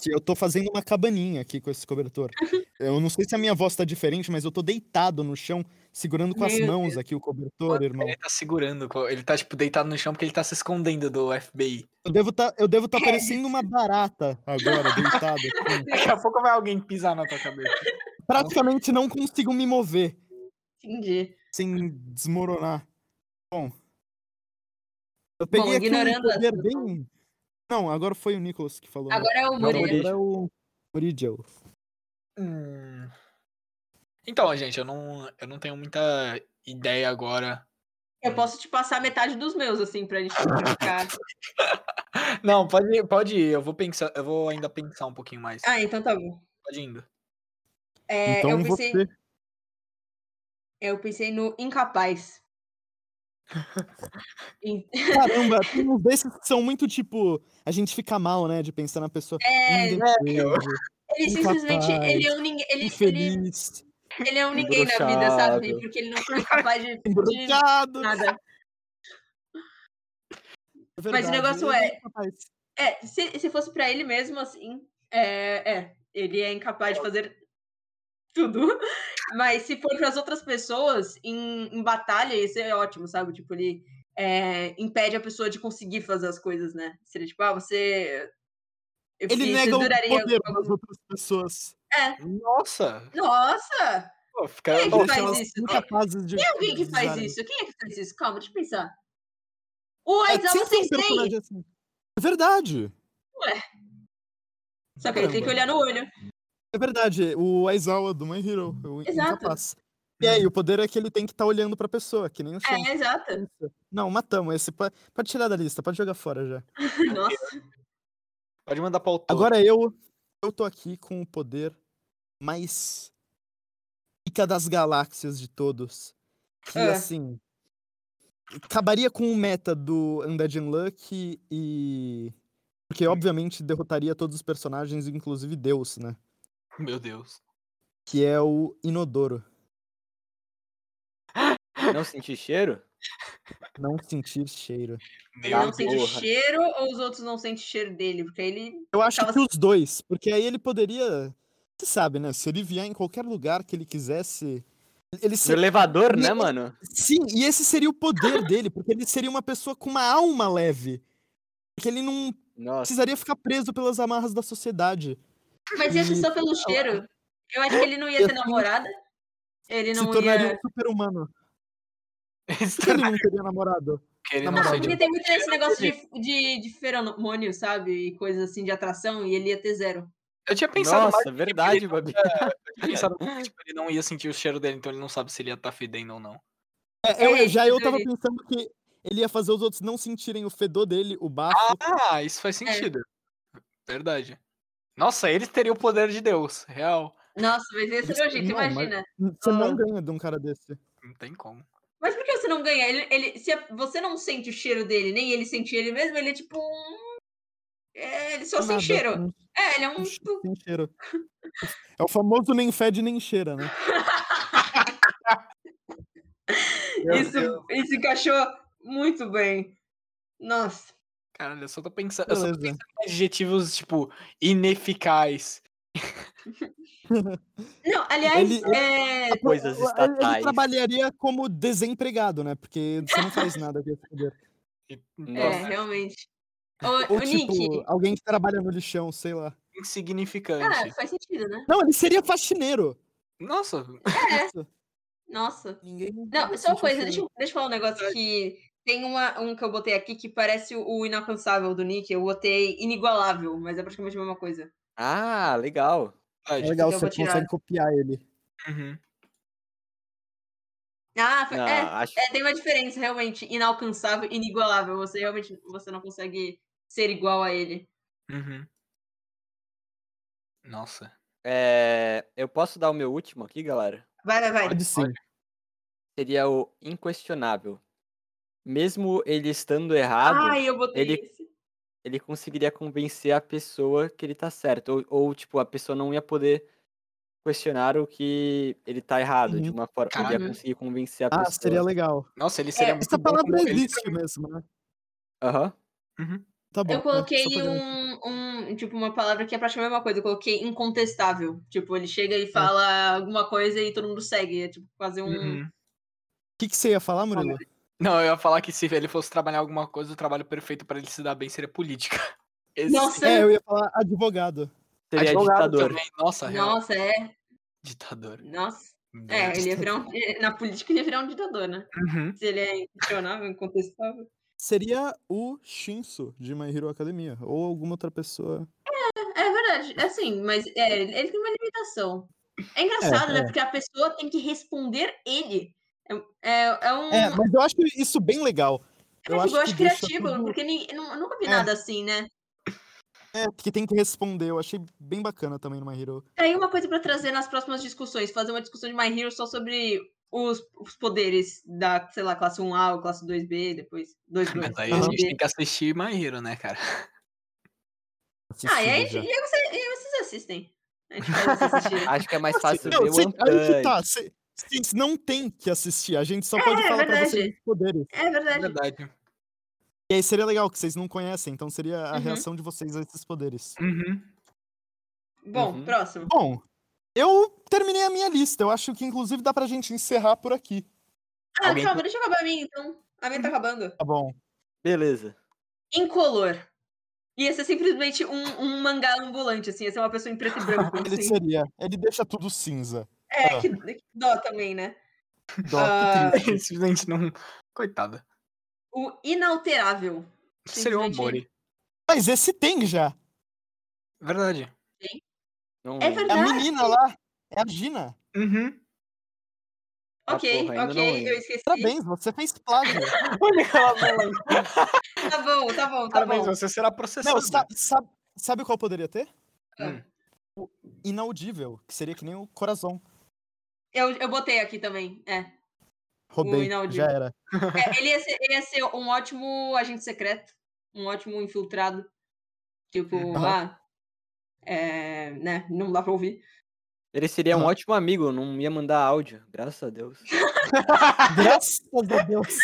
[SPEAKER 1] Assim, eu tô fazendo uma cabaninha aqui com esse cobertor.
[SPEAKER 2] Uhum.
[SPEAKER 1] Eu não sei se a minha voz tá diferente, mas eu tô deitado no chão, segurando com as
[SPEAKER 2] Meu
[SPEAKER 1] mãos aqui o cobertor, irmão.
[SPEAKER 3] Ele tá segurando, co- ele tá tipo deitado no chão porque ele tá se escondendo do FBI.
[SPEAKER 1] Eu devo tá, eu devo
[SPEAKER 2] É
[SPEAKER 1] tá parecendo uma barata agora, deitado. assim.
[SPEAKER 3] Daqui a pouco vai alguém pisar na tua cabeça.
[SPEAKER 1] Praticamente não consigo me mover
[SPEAKER 2] Entendi.
[SPEAKER 1] sem desmoronar. Bom. Eu peguei aqui um
[SPEAKER 2] ignorando a
[SPEAKER 1] poder
[SPEAKER 2] sua-
[SPEAKER 1] bem. Não, agora foi o Nicholas que falou. né?
[SPEAKER 2] Agora é o
[SPEAKER 1] Agora
[SPEAKER 2] Murilo.
[SPEAKER 1] é o Murigel.
[SPEAKER 3] Hum. Então, gente, eu não, eu não tenho muita ideia agora.
[SPEAKER 2] Eu posso te passar metade dos meus, assim, pra gente ficar.
[SPEAKER 3] Não, pode, ir- pode ir, eu vou pensar, eu vou ainda pensar um pouquinho mais.
[SPEAKER 2] Ah, então tá bom.
[SPEAKER 3] Pode indo.
[SPEAKER 2] É,
[SPEAKER 1] então
[SPEAKER 2] eu, pensei,
[SPEAKER 1] você.
[SPEAKER 2] eu pensei no incapaz. Em-
[SPEAKER 1] Caramba, tem uns desses que são muito tipo. A gente fica mal, né? De pensar na pessoa.
[SPEAKER 2] É,
[SPEAKER 1] "Hum,
[SPEAKER 3] eu-
[SPEAKER 1] defeso,
[SPEAKER 2] ele simplesmente
[SPEAKER 1] Incapaz,
[SPEAKER 2] ele é um ninguém. Ele, ele,
[SPEAKER 1] infeliz.
[SPEAKER 2] Ele é um ninguém na vida, sabe?
[SPEAKER 4] Embruxado.
[SPEAKER 2] Porque ele não foi capaz de, de
[SPEAKER 1] Obrigado!
[SPEAKER 2] nada.
[SPEAKER 1] Verdade,
[SPEAKER 2] negócio
[SPEAKER 1] ele
[SPEAKER 2] é-
[SPEAKER 1] incapaz.
[SPEAKER 2] É, se, se fosse pra ele mesmo, assim, é, é, ele é incapaz de fazer tudo. Mas se for para as outras pessoas, em, em batalha, isso é ótimo, sabe? Tipo, ele é, impede a pessoa de conseguir fazer as coisas, né? Seria tipo, ah, você. eu
[SPEAKER 1] Ele
[SPEAKER 2] fiz,
[SPEAKER 1] nega o
[SPEAKER 2] duraria
[SPEAKER 1] poder
[SPEAKER 2] algum-
[SPEAKER 1] das outras pessoas.
[SPEAKER 3] Nossa!
[SPEAKER 2] Nossa!
[SPEAKER 3] Pô, fica...
[SPEAKER 2] Quem é
[SPEAKER 3] Ó,
[SPEAKER 2] que faz
[SPEAKER 1] elas
[SPEAKER 2] isso?
[SPEAKER 1] incapazes de.
[SPEAKER 2] Tem alguém que faz
[SPEAKER 1] realizarem.
[SPEAKER 2] isso? Quem é que faz isso? Calma, deixa eu pensar. O
[SPEAKER 1] É,
[SPEAKER 2] Aizawa
[SPEAKER 1] sempre tem um
[SPEAKER 2] Sensei!
[SPEAKER 1] personagem assim. É verdade.
[SPEAKER 2] Só que ele tem
[SPEAKER 1] Caramba.
[SPEAKER 2] que olhar no olho.
[SPEAKER 1] É verdade. O Aizawa do My Hero. O
[SPEAKER 2] Exato.
[SPEAKER 1] incapaz. E aí, o poder é que ele tem que estar olhando pra pessoa, que nem o Shen.
[SPEAKER 2] É, exato.
[SPEAKER 1] Não, matamos. Esse pa- pode tirar da lista, pode jogar fora já.
[SPEAKER 2] Nossa,
[SPEAKER 3] Pode mandar pra autor.
[SPEAKER 1] Agora eu, eu tô aqui com o poder mais pica das galáxias de todos. Que
[SPEAKER 2] É.
[SPEAKER 1] assim. Acabaria com o meta do Undead Unluck e. Porque, obviamente, derrotaria todos os personagens, inclusive Deus, né?
[SPEAKER 3] Meu Deus.
[SPEAKER 1] Que é o Inodoro.
[SPEAKER 4] Não senti cheiro?
[SPEAKER 1] Não sentir cheiro.
[SPEAKER 2] ele
[SPEAKER 4] Ah,
[SPEAKER 2] não sente
[SPEAKER 4] porra.
[SPEAKER 2] cheiro ou os outros não sentem cheiro dele? Porque aí ele.
[SPEAKER 1] Eu acho
[SPEAKER 2] Tava-
[SPEAKER 1] que os dois, porque aí ele poderia. Você sabe, né? Se ele vier em qualquer lugar que ele quisesse. Ele
[SPEAKER 4] No
[SPEAKER 1] se...
[SPEAKER 4] elevador, né,
[SPEAKER 1] Não.
[SPEAKER 4] mano?
[SPEAKER 1] Sim, e esse seria o poder dele, porque ele seria uma pessoa com uma alma leve. Porque ele não
[SPEAKER 4] Nossa.
[SPEAKER 1] precisaria ficar preso pelas amarras da sociedade.
[SPEAKER 2] Mas ia ser só pelo
[SPEAKER 1] Ih,
[SPEAKER 2] cheiro. Eu acho que ele não ia
[SPEAKER 1] Eu
[SPEAKER 2] ter
[SPEAKER 1] tenho-
[SPEAKER 2] namorada. Ele
[SPEAKER 1] Se
[SPEAKER 2] não
[SPEAKER 1] tornaria
[SPEAKER 2] ia.
[SPEAKER 1] um super-humano. Por que
[SPEAKER 3] Esse
[SPEAKER 1] ele não teria namorado?
[SPEAKER 3] ele
[SPEAKER 1] na
[SPEAKER 3] um não
[SPEAKER 2] Ah,
[SPEAKER 1] moral.
[SPEAKER 3] sei de...
[SPEAKER 2] porque tem muito esse negócio de, de, de feromônio, sabe? E coisa assim de atração, e ele ia ter zero.
[SPEAKER 3] Eu tinha pensado mais.
[SPEAKER 4] Nossa, verdade, Babi.
[SPEAKER 3] Eu tinha pensado mais, tipo, ele não ia sentir o cheiro dele, então ele não sabe se ele ia estar fedendo ou não.
[SPEAKER 1] É, eu-
[SPEAKER 2] É,
[SPEAKER 1] já eu
[SPEAKER 2] então
[SPEAKER 1] tava
[SPEAKER 2] ele-
[SPEAKER 1] pensando que ele ia fazer os outros não sentirem o fedor dele, o bafo.
[SPEAKER 3] Ah, isso
[SPEAKER 1] É.
[SPEAKER 3] faz sentido. Verdade. Nossa, ele teria o poder de Deus, real.
[SPEAKER 2] Nossa, mas ia ser
[SPEAKER 1] Isso-
[SPEAKER 2] nojento,
[SPEAKER 1] não, mas-
[SPEAKER 2] imagina.
[SPEAKER 1] Você
[SPEAKER 2] ah.
[SPEAKER 1] não ganha de um cara desse.
[SPEAKER 3] Não tem como.
[SPEAKER 2] Mas por que você não ganha? Ele, ele, se a- você não sente o cheiro dele, nem ele sente ele mesmo, ele é tipo um. É, ele só sem
[SPEAKER 1] Nada,
[SPEAKER 2] cheiro.
[SPEAKER 1] um-
[SPEAKER 2] É, ele é um.
[SPEAKER 1] um che- sem cheiro. É o famoso nem fede nem cheira, né?
[SPEAKER 3] Meu
[SPEAKER 2] Isso,
[SPEAKER 3] Deus.
[SPEAKER 2] isso encaixou muito bem. Nossa.
[SPEAKER 3] Caralho, eu só tô pensando. Eu só tô
[SPEAKER 1] Beleza.
[SPEAKER 3] pensando em adjetivos, tipo, ineficaz.
[SPEAKER 2] Não, aliás,
[SPEAKER 1] Ele-
[SPEAKER 2] é,
[SPEAKER 4] Coisas
[SPEAKER 1] Ele- Ele
[SPEAKER 4] estatais.
[SPEAKER 1] trabalharia como desempregado, né? Porque você não faz nada com esse poder.
[SPEAKER 3] E-
[SPEAKER 2] é,
[SPEAKER 4] Nossa.
[SPEAKER 2] realmente. Ô,
[SPEAKER 1] Ou
[SPEAKER 2] ô,
[SPEAKER 1] tipo,
[SPEAKER 2] Nick.
[SPEAKER 1] alguém que trabalha no lixão, sei lá.
[SPEAKER 2] Ah,
[SPEAKER 3] Insignificante.
[SPEAKER 2] faz sentido, né?
[SPEAKER 1] Não, ele seria faxineiro.
[SPEAKER 3] Nossa,
[SPEAKER 2] Nossa.
[SPEAKER 1] Ninguém.
[SPEAKER 2] Não, só
[SPEAKER 1] sentiu
[SPEAKER 2] uma coisa,
[SPEAKER 1] cheiro.
[SPEAKER 2] deixa eu, deixa eu falar um negócio que tem uma, um que eu botei aqui que parece o, o inacansável do Nick. Eu botei inigualável, mas é praticamente a mesma coisa.
[SPEAKER 4] Ah, legal.
[SPEAKER 1] É
[SPEAKER 3] verdade.
[SPEAKER 1] legal,
[SPEAKER 2] eu
[SPEAKER 1] você
[SPEAKER 2] vou tirar.
[SPEAKER 1] consegue copiar ele.
[SPEAKER 3] Uhum.
[SPEAKER 2] Ah, fa-
[SPEAKER 4] Não,
[SPEAKER 2] é,
[SPEAKER 4] acho...
[SPEAKER 2] é, tem uma diferença, realmente. Inalcançável, inigualável. Você realmente você não consegue ser igual a ele.
[SPEAKER 3] Uhum. Nossa.
[SPEAKER 4] é, Eu posso dar o meu último aqui, galera?
[SPEAKER 2] Vai, vai, vai.
[SPEAKER 1] Pode sim.
[SPEAKER 4] Seria o inquestionável. Mesmo ele estando errado,
[SPEAKER 2] Ai, eu botei
[SPEAKER 4] ele-
[SPEAKER 2] esse.
[SPEAKER 4] ele conseguiria convencer a pessoa que ele tá certo. Ou, ou, tipo, a pessoa não ia poder questionar o que ele tá errado de
[SPEAKER 1] Uhum.
[SPEAKER 4] uma forma. Ele
[SPEAKER 2] Caralho.
[SPEAKER 4] ia conseguir convencer a
[SPEAKER 1] Ah,
[SPEAKER 4] pessoa.
[SPEAKER 1] seria legal.
[SPEAKER 3] Nossa, ele seria muito
[SPEAKER 1] É,
[SPEAKER 2] é
[SPEAKER 1] Essa
[SPEAKER 2] um
[SPEAKER 3] bom
[SPEAKER 1] palavra
[SPEAKER 3] como- ele
[SPEAKER 1] existe mesmo, né?
[SPEAKER 4] Aham.
[SPEAKER 1] Tá bom.
[SPEAKER 2] Eu
[SPEAKER 1] né? Só
[SPEAKER 2] coloquei
[SPEAKER 1] pra garantir.
[SPEAKER 2] um, um, tipo, uma palavra que é praticamente a mesma coisa. Eu coloquei incontestável. Tipo, ele chega
[SPEAKER 1] Ah.
[SPEAKER 2] e fala alguma coisa e todo mundo segue. É tipo, fazer um...
[SPEAKER 3] Uhum.
[SPEAKER 1] O que, que você ia falar, Murilo?
[SPEAKER 3] Não, eu ia falar que se ele fosse trabalhar alguma coisa, o trabalho perfeito pra ele se dar bem seria política. Esse-
[SPEAKER 2] Nossa,
[SPEAKER 1] É, eu ia falar advogado.
[SPEAKER 4] Seria
[SPEAKER 3] Advogado
[SPEAKER 4] ditador.
[SPEAKER 3] também. Nossa, Tá real.
[SPEAKER 2] nossa, é,
[SPEAKER 3] Ditador.
[SPEAKER 2] nossa.
[SPEAKER 3] Meu
[SPEAKER 2] É,
[SPEAKER 3] Deus.
[SPEAKER 2] ele ia virar um... Na política ele ia virar um ditador, né?
[SPEAKER 3] Uhum.
[SPEAKER 2] Se ele é inquestionável, incontestável.
[SPEAKER 1] Seria o Shinsu de My Hero Academia. Ou alguma outra pessoa.
[SPEAKER 2] É verdade, é assim, mas é, ele tem uma limitação. É engraçado, né?
[SPEAKER 1] é.
[SPEAKER 2] Porque a pessoa tem que responder ele. É, é, é um...
[SPEAKER 1] É, mas eu acho isso bem legal.
[SPEAKER 2] é um negócio
[SPEAKER 1] que deixa
[SPEAKER 2] criativo,
[SPEAKER 1] tudo-
[SPEAKER 2] porque ninguém, nu- nunca vi
[SPEAKER 1] É.
[SPEAKER 2] nada assim, né?
[SPEAKER 1] É, porque tem que responder. Eu achei bem bacana também no My Hero.
[SPEAKER 2] Tá aí uma coisa pra trazer nas próximas discussões, fazer uma discussão de My Hero só sobre os, os poderes da, sei lá, classe 1A ou classe 2B, depois 2B.
[SPEAKER 3] Mas aí a
[SPEAKER 1] Aham.
[SPEAKER 3] gente tem que assistir My Hero, né, cara?
[SPEAKER 2] Ah, e aí,
[SPEAKER 1] Assistido já.
[SPEAKER 2] e aí você- e aí vocês assistem. A gente faz isso esse dia.
[SPEAKER 4] Acho que é mais fácil
[SPEAKER 1] não,
[SPEAKER 4] ver
[SPEAKER 1] cê-
[SPEAKER 4] o
[SPEAKER 1] aí que
[SPEAKER 4] Uncut.
[SPEAKER 1] tá. cê- Vocês não tem que assistir, a gente só pode
[SPEAKER 2] é
[SPEAKER 1] falar pra
[SPEAKER 2] verdade.
[SPEAKER 1] vocês os poderes.
[SPEAKER 2] É
[SPEAKER 3] É
[SPEAKER 2] verdade.
[SPEAKER 3] verdade.
[SPEAKER 1] E aí seria legal, que vocês não conhecem, então seria a
[SPEAKER 2] Uhum.
[SPEAKER 1] reação de vocês a esses poderes.
[SPEAKER 3] Uhum.
[SPEAKER 2] Bom,
[SPEAKER 4] Uhum.
[SPEAKER 2] próximo.
[SPEAKER 1] Bom, eu terminei a minha lista. Eu acho que inclusive dá pra gente encerrar por aqui.
[SPEAKER 2] Ah,
[SPEAKER 3] Alguém-
[SPEAKER 2] calma, deixa eu acabar a minha então. A minha tá acabando.
[SPEAKER 1] Tá bom.
[SPEAKER 4] Beleza.
[SPEAKER 2] Incolor. Ia ser simplesmente um, um mangá ambulante, assim, ia ser uma pessoa em preto e branco.
[SPEAKER 1] Ele
[SPEAKER 2] assim.
[SPEAKER 1] seria. Ele deixa tudo cinza.
[SPEAKER 2] É, que, que dó também, né?
[SPEAKER 1] Dó,
[SPEAKER 2] Ah,
[SPEAKER 1] que triste.
[SPEAKER 3] Simplesmente não. Coitada.
[SPEAKER 2] O inalterável.
[SPEAKER 3] Seria um
[SPEAKER 2] Simplesmente-
[SPEAKER 3] Amore.
[SPEAKER 1] Mas esse tem já.
[SPEAKER 3] Verdade.
[SPEAKER 4] Não
[SPEAKER 2] É
[SPEAKER 4] lembro.
[SPEAKER 1] É a
[SPEAKER 2] Verdade.
[SPEAKER 1] menina lá. É a Gina.
[SPEAKER 3] Uhum.
[SPEAKER 4] Ah,
[SPEAKER 2] Ok,
[SPEAKER 4] porra, ainda não
[SPEAKER 2] ok,
[SPEAKER 4] lembro.
[SPEAKER 2] eu esqueci.
[SPEAKER 1] Parabéns, você fez plágio.
[SPEAKER 3] Olha aquela bola.
[SPEAKER 2] Tá bom, tá bom, tá
[SPEAKER 3] Parabéns,
[SPEAKER 2] bom.
[SPEAKER 3] você será processado.
[SPEAKER 1] não, sa- sa- sabe qual poderia ter?
[SPEAKER 2] Hum.
[SPEAKER 1] O inaudível, que seria que nem o coração.
[SPEAKER 2] Eu, eu botei aqui também. É. O
[SPEAKER 1] Roubei, já
[SPEAKER 2] inaudível.
[SPEAKER 1] era.
[SPEAKER 2] É, ele, ia ser, ele ia ser um ótimo agente secreto, um ótimo infiltrado. Tipo,
[SPEAKER 1] Aham.
[SPEAKER 2] ah, é, né? Não dá pra ouvir.
[SPEAKER 4] Ele seria um
[SPEAKER 1] Ah.
[SPEAKER 4] ótimo amigo, não ia mandar áudio, graças a Deus.
[SPEAKER 1] Graças a Deus.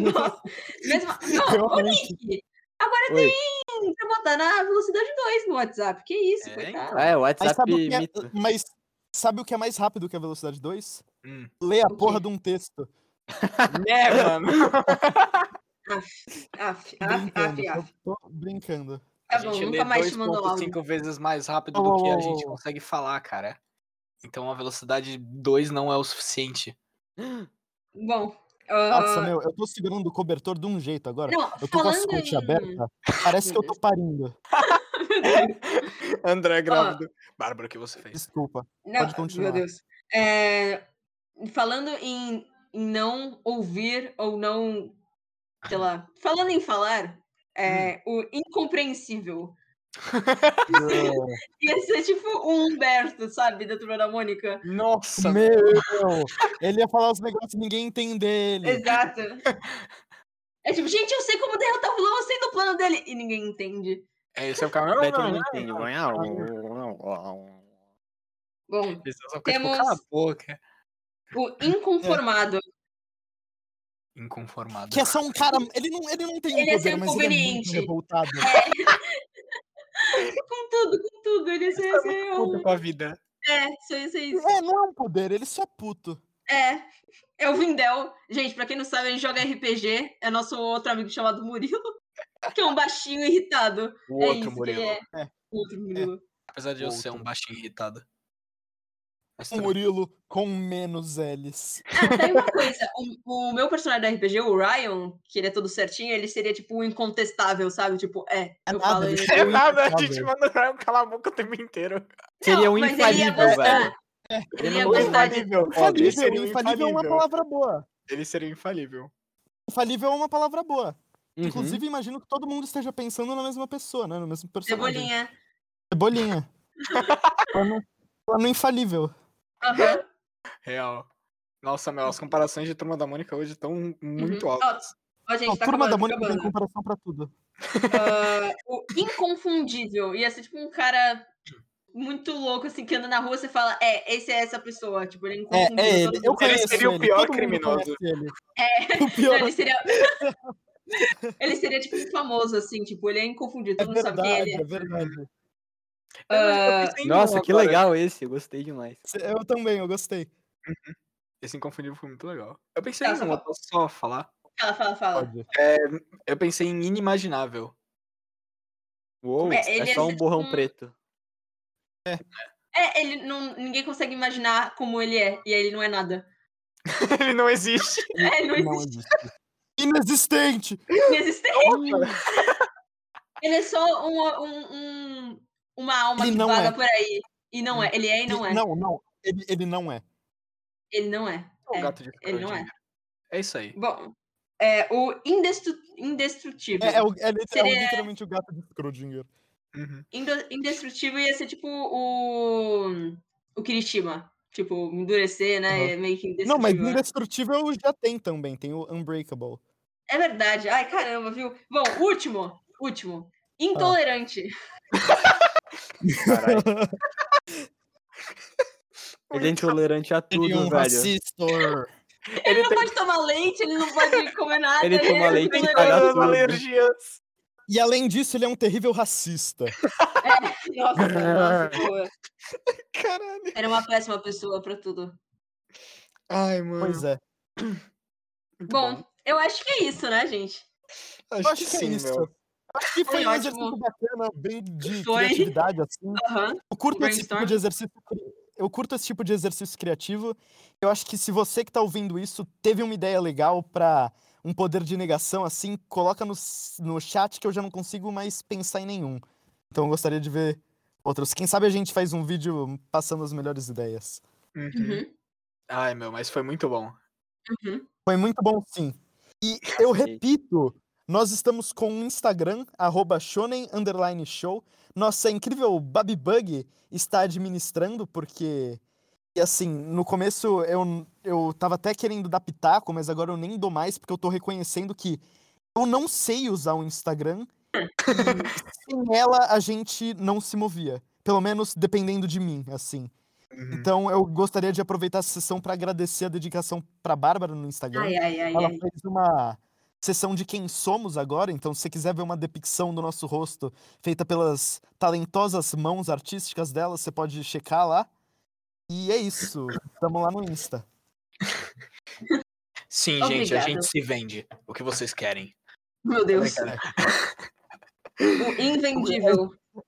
[SPEAKER 2] Nossa, Mesmo, não, ô
[SPEAKER 1] Realmente.
[SPEAKER 2] Nick, agora
[SPEAKER 4] Oi.
[SPEAKER 2] tem pra botar na velocidade 2 no WhatsApp. Que isso,
[SPEAKER 3] É,
[SPEAKER 2] coitado.
[SPEAKER 4] Ah, é, o
[SPEAKER 1] Mas
[SPEAKER 4] WhatsApp
[SPEAKER 1] sabe, o que é,
[SPEAKER 4] mito.
[SPEAKER 1] mas sabe o que é mais rápido que a velocidade 2?
[SPEAKER 3] Hum.
[SPEAKER 1] Ler a
[SPEAKER 2] O
[SPEAKER 1] porra
[SPEAKER 2] quê?
[SPEAKER 1] de um texto.
[SPEAKER 3] É, mano.
[SPEAKER 2] Af, af, af,
[SPEAKER 1] Brincando.
[SPEAKER 2] af.
[SPEAKER 1] eu tô brincando.
[SPEAKER 2] ah, Tá bom, nunca mais te mandou áudio.
[SPEAKER 3] 5 vezes mais rápido
[SPEAKER 1] Uou,
[SPEAKER 3] do que a
[SPEAKER 1] uou,
[SPEAKER 3] gente
[SPEAKER 1] uou.
[SPEAKER 3] consegue falar, cara. Então a velocidade 2 não é o suficiente.
[SPEAKER 2] Bom.
[SPEAKER 1] Nossa,
[SPEAKER 2] ah,
[SPEAKER 1] meu, eu tô segurando o cobertor de um jeito agora.
[SPEAKER 2] não,
[SPEAKER 1] Eu tô com as
[SPEAKER 2] falando
[SPEAKER 1] coxas
[SPEAKER 2] em-
[SPEAKER 1] abertas. Parece que eu tô parindo.
[SPEAKER 3] André
[SPEAKER 2] grávido.
[SPEAKER 3] Bárbara, o que você fez?
[SPEAKER 1] Desculpa.
[SPEAKER 2] Não,
[SPEAKER 1] Pode continuar.
[SPEAKER 2] Meu Deus. É, falando em, em não ouvir ou não. Sei lá. Falando em falar,
[SPEAKER 1] Hum.
[SPEAKER 2] é, o incompreensível.
[SPEAKER 1] Meu.
[SPEAKER 2] Ia ser tipo um Humberto, sabe? Da turma da Mônica.
[SPEAKER 3] Nossa,
[SPEAKER 1] Meu, ele ia falar os negócios e ninguém ia entender ele.
[SPEAKER 2] Exato. É tipo, gente, eu sei como derrotar o vilão, eu sei do plano dele. E ninguém entende.
[SPEAKER 3] é esse é o caminho.
[SPEAKER 4] Daí todo mundo Ah, entende. um,
[SPEAKER 2] Bom,
[SPEAKER 3] Pessoas vão ficar, tipo,
[SPEAKER 2] Temos-
[SPEAKER 3] cala a boca.
[SPEAKER 2] o
[SPEAKER 1] É.
[SPEAKER 2] inconformado.
[SPEAKER 3] Inconformado.
[SPEAKER 1] Que é só um cara. Ele não, ele não tem
[SPEAKER 2] Ele
[SPEAKER 1] um
[SPEAKER 2] ia
[SPEAKER 1] poder,
[SPEAKER 2] ser
[SPEAKER 1] mas ele é muito
[SPEAKER 2] inconveniente.
[SPEAKER 1] revoltado.
[SPEAKER 2] Com tudo, com tudo. Ele ia ser.
[SPEAKER 3] Tá muito
[SPEAKER 2] ser
[SPEAKER 3] puta
[SPEAKER 2] um-
[SPEAKER 3] com a vida.
[SPEAKER 2] É, isso ia ser isso.
[SPEAKER 1] É, não é um poder, ele só é puto.
[SPEAKER 2] É, é o Vindel. Gente, pra quem não sabe, ele joga RPG. É nosso outro amigo chamado Murilo, que é um baixinho irritado.
[SPEAKER 3] O
[SPEAKER 2] é
[SPEAKER 3] outro,
[SPEAKER 2] isso
[SPEAKER 3] Murilo.
[SPEAKER 2] que ele é.
[SPEAKER 1] É.
[SPEAKER 2] O outro Murilo.
[SPEAKER 3] Apesar de eu ser um
[SPEAKER 1] Outro.
[SPEAKER 3] baixinho irritado. Mas
[SPEAKER 1] Um
[SPEAKER 3] tudo bem.
[SPEAKER 1] Murilo com menos L's.
[SPEAKER 2] Ah, tem uma coisa. O, o meu personagem do RPG, o Ryan, que ele é todo certinho, ele seria tipo o incontestável, sabe? Tipo, é.
[SPEAKER 1] É
[SPEAKER 2] eu
[SPEAKER 1] nada,
[SPEAKER 2] falo
[SPEAKER 1] ele
[SPEAKER 2] ele-
[SPEAKER 1] é
[SPEAKER 3] É
[SPEAKER 1] Eu
[SPEAKER 3] nada, a
[SPEAKER 1] irritado.
[SPEAKER 3] gente manda o Ryan calar a boca o tempo inteiro.
[SPEAKER 4] Seria
[SPEAKER 2] Não,
[SPEAKER 4] um
[SPEAKER 2] mas ele ia
[SPEAKER 4] infalível,
[SPEAKER 2] gostar. É.
[SPEAKER 4] velho.
[SPEAKER 2] Ele
[SPEAKER 4] Ele
[SPEAKER 2] ia
[SPEAKER 4] não
[SPEAKER 3] O
[SPEAKER 2] gostar de-
[SPEAKER 3] é infalível.
[SPEAKER 1] Infalível,
[SPEAKER 3] Ele seria o
[SPEAKER 1] infalível, é uma palavra boa.
[SPEAKER 3] Ele seria o infalível.
[SPEAKER 1] Infalível é uma palavra boa.
[SPEAKER 4] Uhum.
[SPEAKER 1] Inclusive, imagino que todo mundo esteja pensando na mesma pessoa, né? No mesmo personagem.
[SPEAKER 2] Cebolinha.
[SPEAKER 1] Cebolinha. plano, plano infalível.
[SPEAKER 2] Aham.
[SPEAKER 3] Real. Nossa, meu, as comparações de Turma da Mônica hoje estão muito
[SPEAKER 2] Uhum.
[SPEAKER 3] altas.
[SPEAKER 2] Ó, gente,
[SPEAKER 1] Não,
[SPEAKER 2] tá
[SPEAKER 1] turma da
[SPEAKER 2] acabando, tá
[SPEAKER 1] Mônica tem
[SPEAKER 2] acabando.
[SPEAKER 1] comparação pra tudo.
[SPEAKER 2] Ah, o inconfundível. Ia ser tipo um cara muito louco, assim, que anda na rua, você fala, é, esse é essa pessoa. Tipo, ele é
[SPEAKER 1] É,
[SPEAKER 2] inconfundível.
[SPEAKER 1] é ele.
[SPEAKER 2] todo
[SPEAKER 1] Eu
[SPEAKER 2] mundo sabe.
[SPEAKER 1] conheço
[SPEAKER 3] seria o
[SPEAKER 1] ele,
[SPEAKER 3] pior
[SPEAKER 1] todo mundo
[SPEAKER 3] criminoso.
[SPEAKER 1] conhece Ele. É. O pior
[SPEAKER 2] Não, ele seria. ele seria, tipo, um famoso, assim, tipo, ele é inconfundível,
[SPEAKER 1] é
[SPEAKER 2] todo mundo sabe quem
[SPEAKER 1] verdade,
[SPEAKER 2] ele é.
[SPEAKER 1] é verdade.
[SPEAKER 2] Ah,
[SPEAKER 4] Nossa, que legal esse, eu gostei demais.
[SPEAKER 1] Eu também, eu gostei.
[SPEAKER 3] Esse inconfundível foi muito legal. Eu pensei
[SPEAKER 2] Tá,
[SPEAKER 3] em
[SPEAKER 2] só
[SPEAKER 3] uma,
[SPEAKER 2] fala.
[SPEAKER 3] posso só falar.
[SPEAKER 2] fala, fala, fala.
[SPEAKER 1] Pode.
[SPEAKER 3] Eu pensei em inimaginável.
[SPEAKER 4] Uou,
[SPEAKER 2] É,
[SPEAKER 4] é,
[SPEAKER 2] ele ia
[SPEAKER 4] só
[SPEAKER 2] ser
[SPEAKER 4] um borrão
[SPEAKER 2] tipo um-
[SPEAKER 4] preto.
[SPEAKER 2] É, ele não. Ninguém consegue imaginar como ele é, e aí ele não é nada.
[SPEAKER 3] Ele não existe.
[SPEAKER 2] É, ele não
[SPEAKER 1] Não
[SPEAKER 2] existe.
[SPEAKER 1] existe. Inexistente! É
[SPEAKER 2] inexistente.
[SPEAKER 1] um
[SPEAKER 2] Ele é só um, um- um- uma alma
[SPEAKER 1] Ele
[SPEAKER 2] que
[SPEAKER 1] não
[SPEAKER 2] vaga
[SPEAKER 1] é.
[SPEAKER 2] por aí. E não é. Ele é e não é.
[SPEAKER 1] Não, não. Ele, ele não é.
[SPEAKER 2] Ele não é.
[SPEAKER 3] É o
[SPEAKER 2] É,
[SPEAKER 3] gato de
[SPEAKER 2] ele não é.
[SPEAKER 3] Schrödinger. É isso aí.
[SPEAKER 2] Bom, é, o indestru indestrutível.
[SPEAKER 1] É, é, o- é, lit- é o-
[SPEAKER 2] Seria-
[SPEAKER 1] literalmente o gato de Schrödinger.
[SPEAKER 3] Uhum.
[SPEAKER 2] Indo- indestrutível ia ser tipo o. O Kirishima. Tipo, endurecer, né?
[SPEAKER 1] Aham.
[SPEAKER 2] É meio que
[SPEAKER 1] Não, mas
[SPEAKER 2] indestrutível. né?
[SPEAKER 1] indestrutível já tem também. Tem o Unbreakable.
[SPEAKER 2] É verdade. Ai, caramba, viu? Bom, último. Último. Intolerante.
[SPEAKER 4] Ele é intolerante a tudo,
[SPEAKER 5] Ele é um
[SPEAKER 4] velho.
[SPEAKER 5] racista.
[SPEAKER 2] Ele não pode tomar leite, ele não pode comer nada.
[SPEAKER 4] Ele toma
[SPEAKER 2] é
[SPEAKER 4] leite e
[SPEAKER 2] intolerante.
[SPEAKER 4] caga tudo.
[SPEAKER 3] alergias.
[SPEAKER 1] E além disso, ele é um terrível racista.
[SPEAKER 2] É, Nossa, nossa, boa.
[SPEAKER 3] Caralho.
[SPEAKER 2] Era uma péssima pessoa pra tudo.
[SPEAKER 3] Ai, mano.
[SPEAKER 1] Pois é.
[SPEAKER 3] muito
[SPEAKER 2] Bom, eu acho que é isso, né, gente?
[SPEAKER 3] Acho,
[SPEAKER 1] Eu acho que é isso. Acho que foi
[SPEAKER 2] Foi
[SPEAKER 1] um
[SPEAKER 2] ótimo.
[SPEAKER 1] exercício bacana, bem de
[SPEAKER 2] Foi.
[SPEAKER 1] criatividade, assim.
[SPEAKER 2] Aham.
[SPEAKER 1] Eu curto esse tipo
[SPEAKER 2] Brainstorm.
[SPEAKER 1] de exercício. cri- Eu curto esse tipo de exercício criativo. Eu acho que se você que tá ouvindo isso teve uma ideia legal pra um poder de negação assim, coloca no, s- no chat que eu já não consigo mais pensar em nenhum. Então eu gostaria de ver outros. Quem sabe a gente faz um vídeo passando as melhores ideias.
[SPEAKER 3] Uhum.
[SPEAKER 2] Uhum.
[SPEAKER 3] Ai, meu, mas foi muito bom.
[SPEAKER 2] Uhum.
[SPEAKER 1] Foi muito bom sim. E eu
[SPEAKER 4] Ok.
[SPEAKER 1] repito, nós estamos com o Instagram, arroba shonen underline show. Nossa incrível Babybug está administrando, porque. E assim, no começo eu, n- eu tava até querendo dar pitaco, mas agora eu nem dou mais, porque eu tô reconhecendo que eu não sei usar o Instagram. e sem ela a gente não se movia. Pelo menos dependendo de mim, assim.
[SPEAKER 3] Uhum.
[SPEAKER 1] Então eu gostaria de aproveitar essa sessão para agradecer a dedicação pra Bárbara no Instagram.
[SPEAKER 2] Ai, ai, ai,
[SPEAKER 1] Ela
[SPEAKER 2] ai.
[SPEAKER 1] fez uma sessão de quem somos agora, então se você quiser ver uma depicção do nosso rosto feita pelas talentosas mãos artísticas dela, você pode checar lá. E é isso, tamo lá no Insta.
[SPEAKER 3] Sim, gente, a
[SPEAKER 2] Obrigada.
[SPEAKER 3] gente se vende. O que vocês querem?
[SPEAKER 2] Meu Deus.
[SPEAKER 3] Brincadeira.
[SPEAKER 2] O invendível.
[SPEAKER 1] Bom,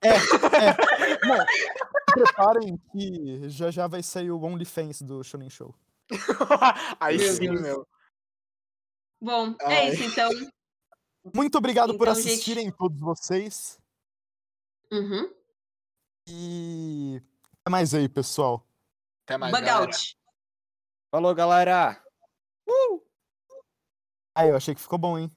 [SPEAKER 1] se preparem que já já vai sair o OnlyFans do Shonen Show.
[SPEAKER 3] Aí
[SPEAKER 2] Meu
[SPEAKER 3] sim,
[SPEAKER 2] Deus.
[SPEAKER 3] meu.
[SPEAKER 2] Bom,
[SPEAKER 3] Ai.
[SPEAKER 2] é isso então.
[SPEAKER 1] Muito obrigado por
[SPEAKER 2] Então, gente-
[SPEAKER 1] assistirem todos vocês.
[SPEAKER 2] Uhum.
[SPEAKER 1] E até mais aí, pessoal.
[SPEAKER 3] Até mais,
[SPEAKER 2] Bug
[SPEAKER 3] galera.
[SPEAKER 2] out.
[SPEAKER 4] Falou, galera!
[SPEAKER 1] Ah, eu achei que ficou bom, hein?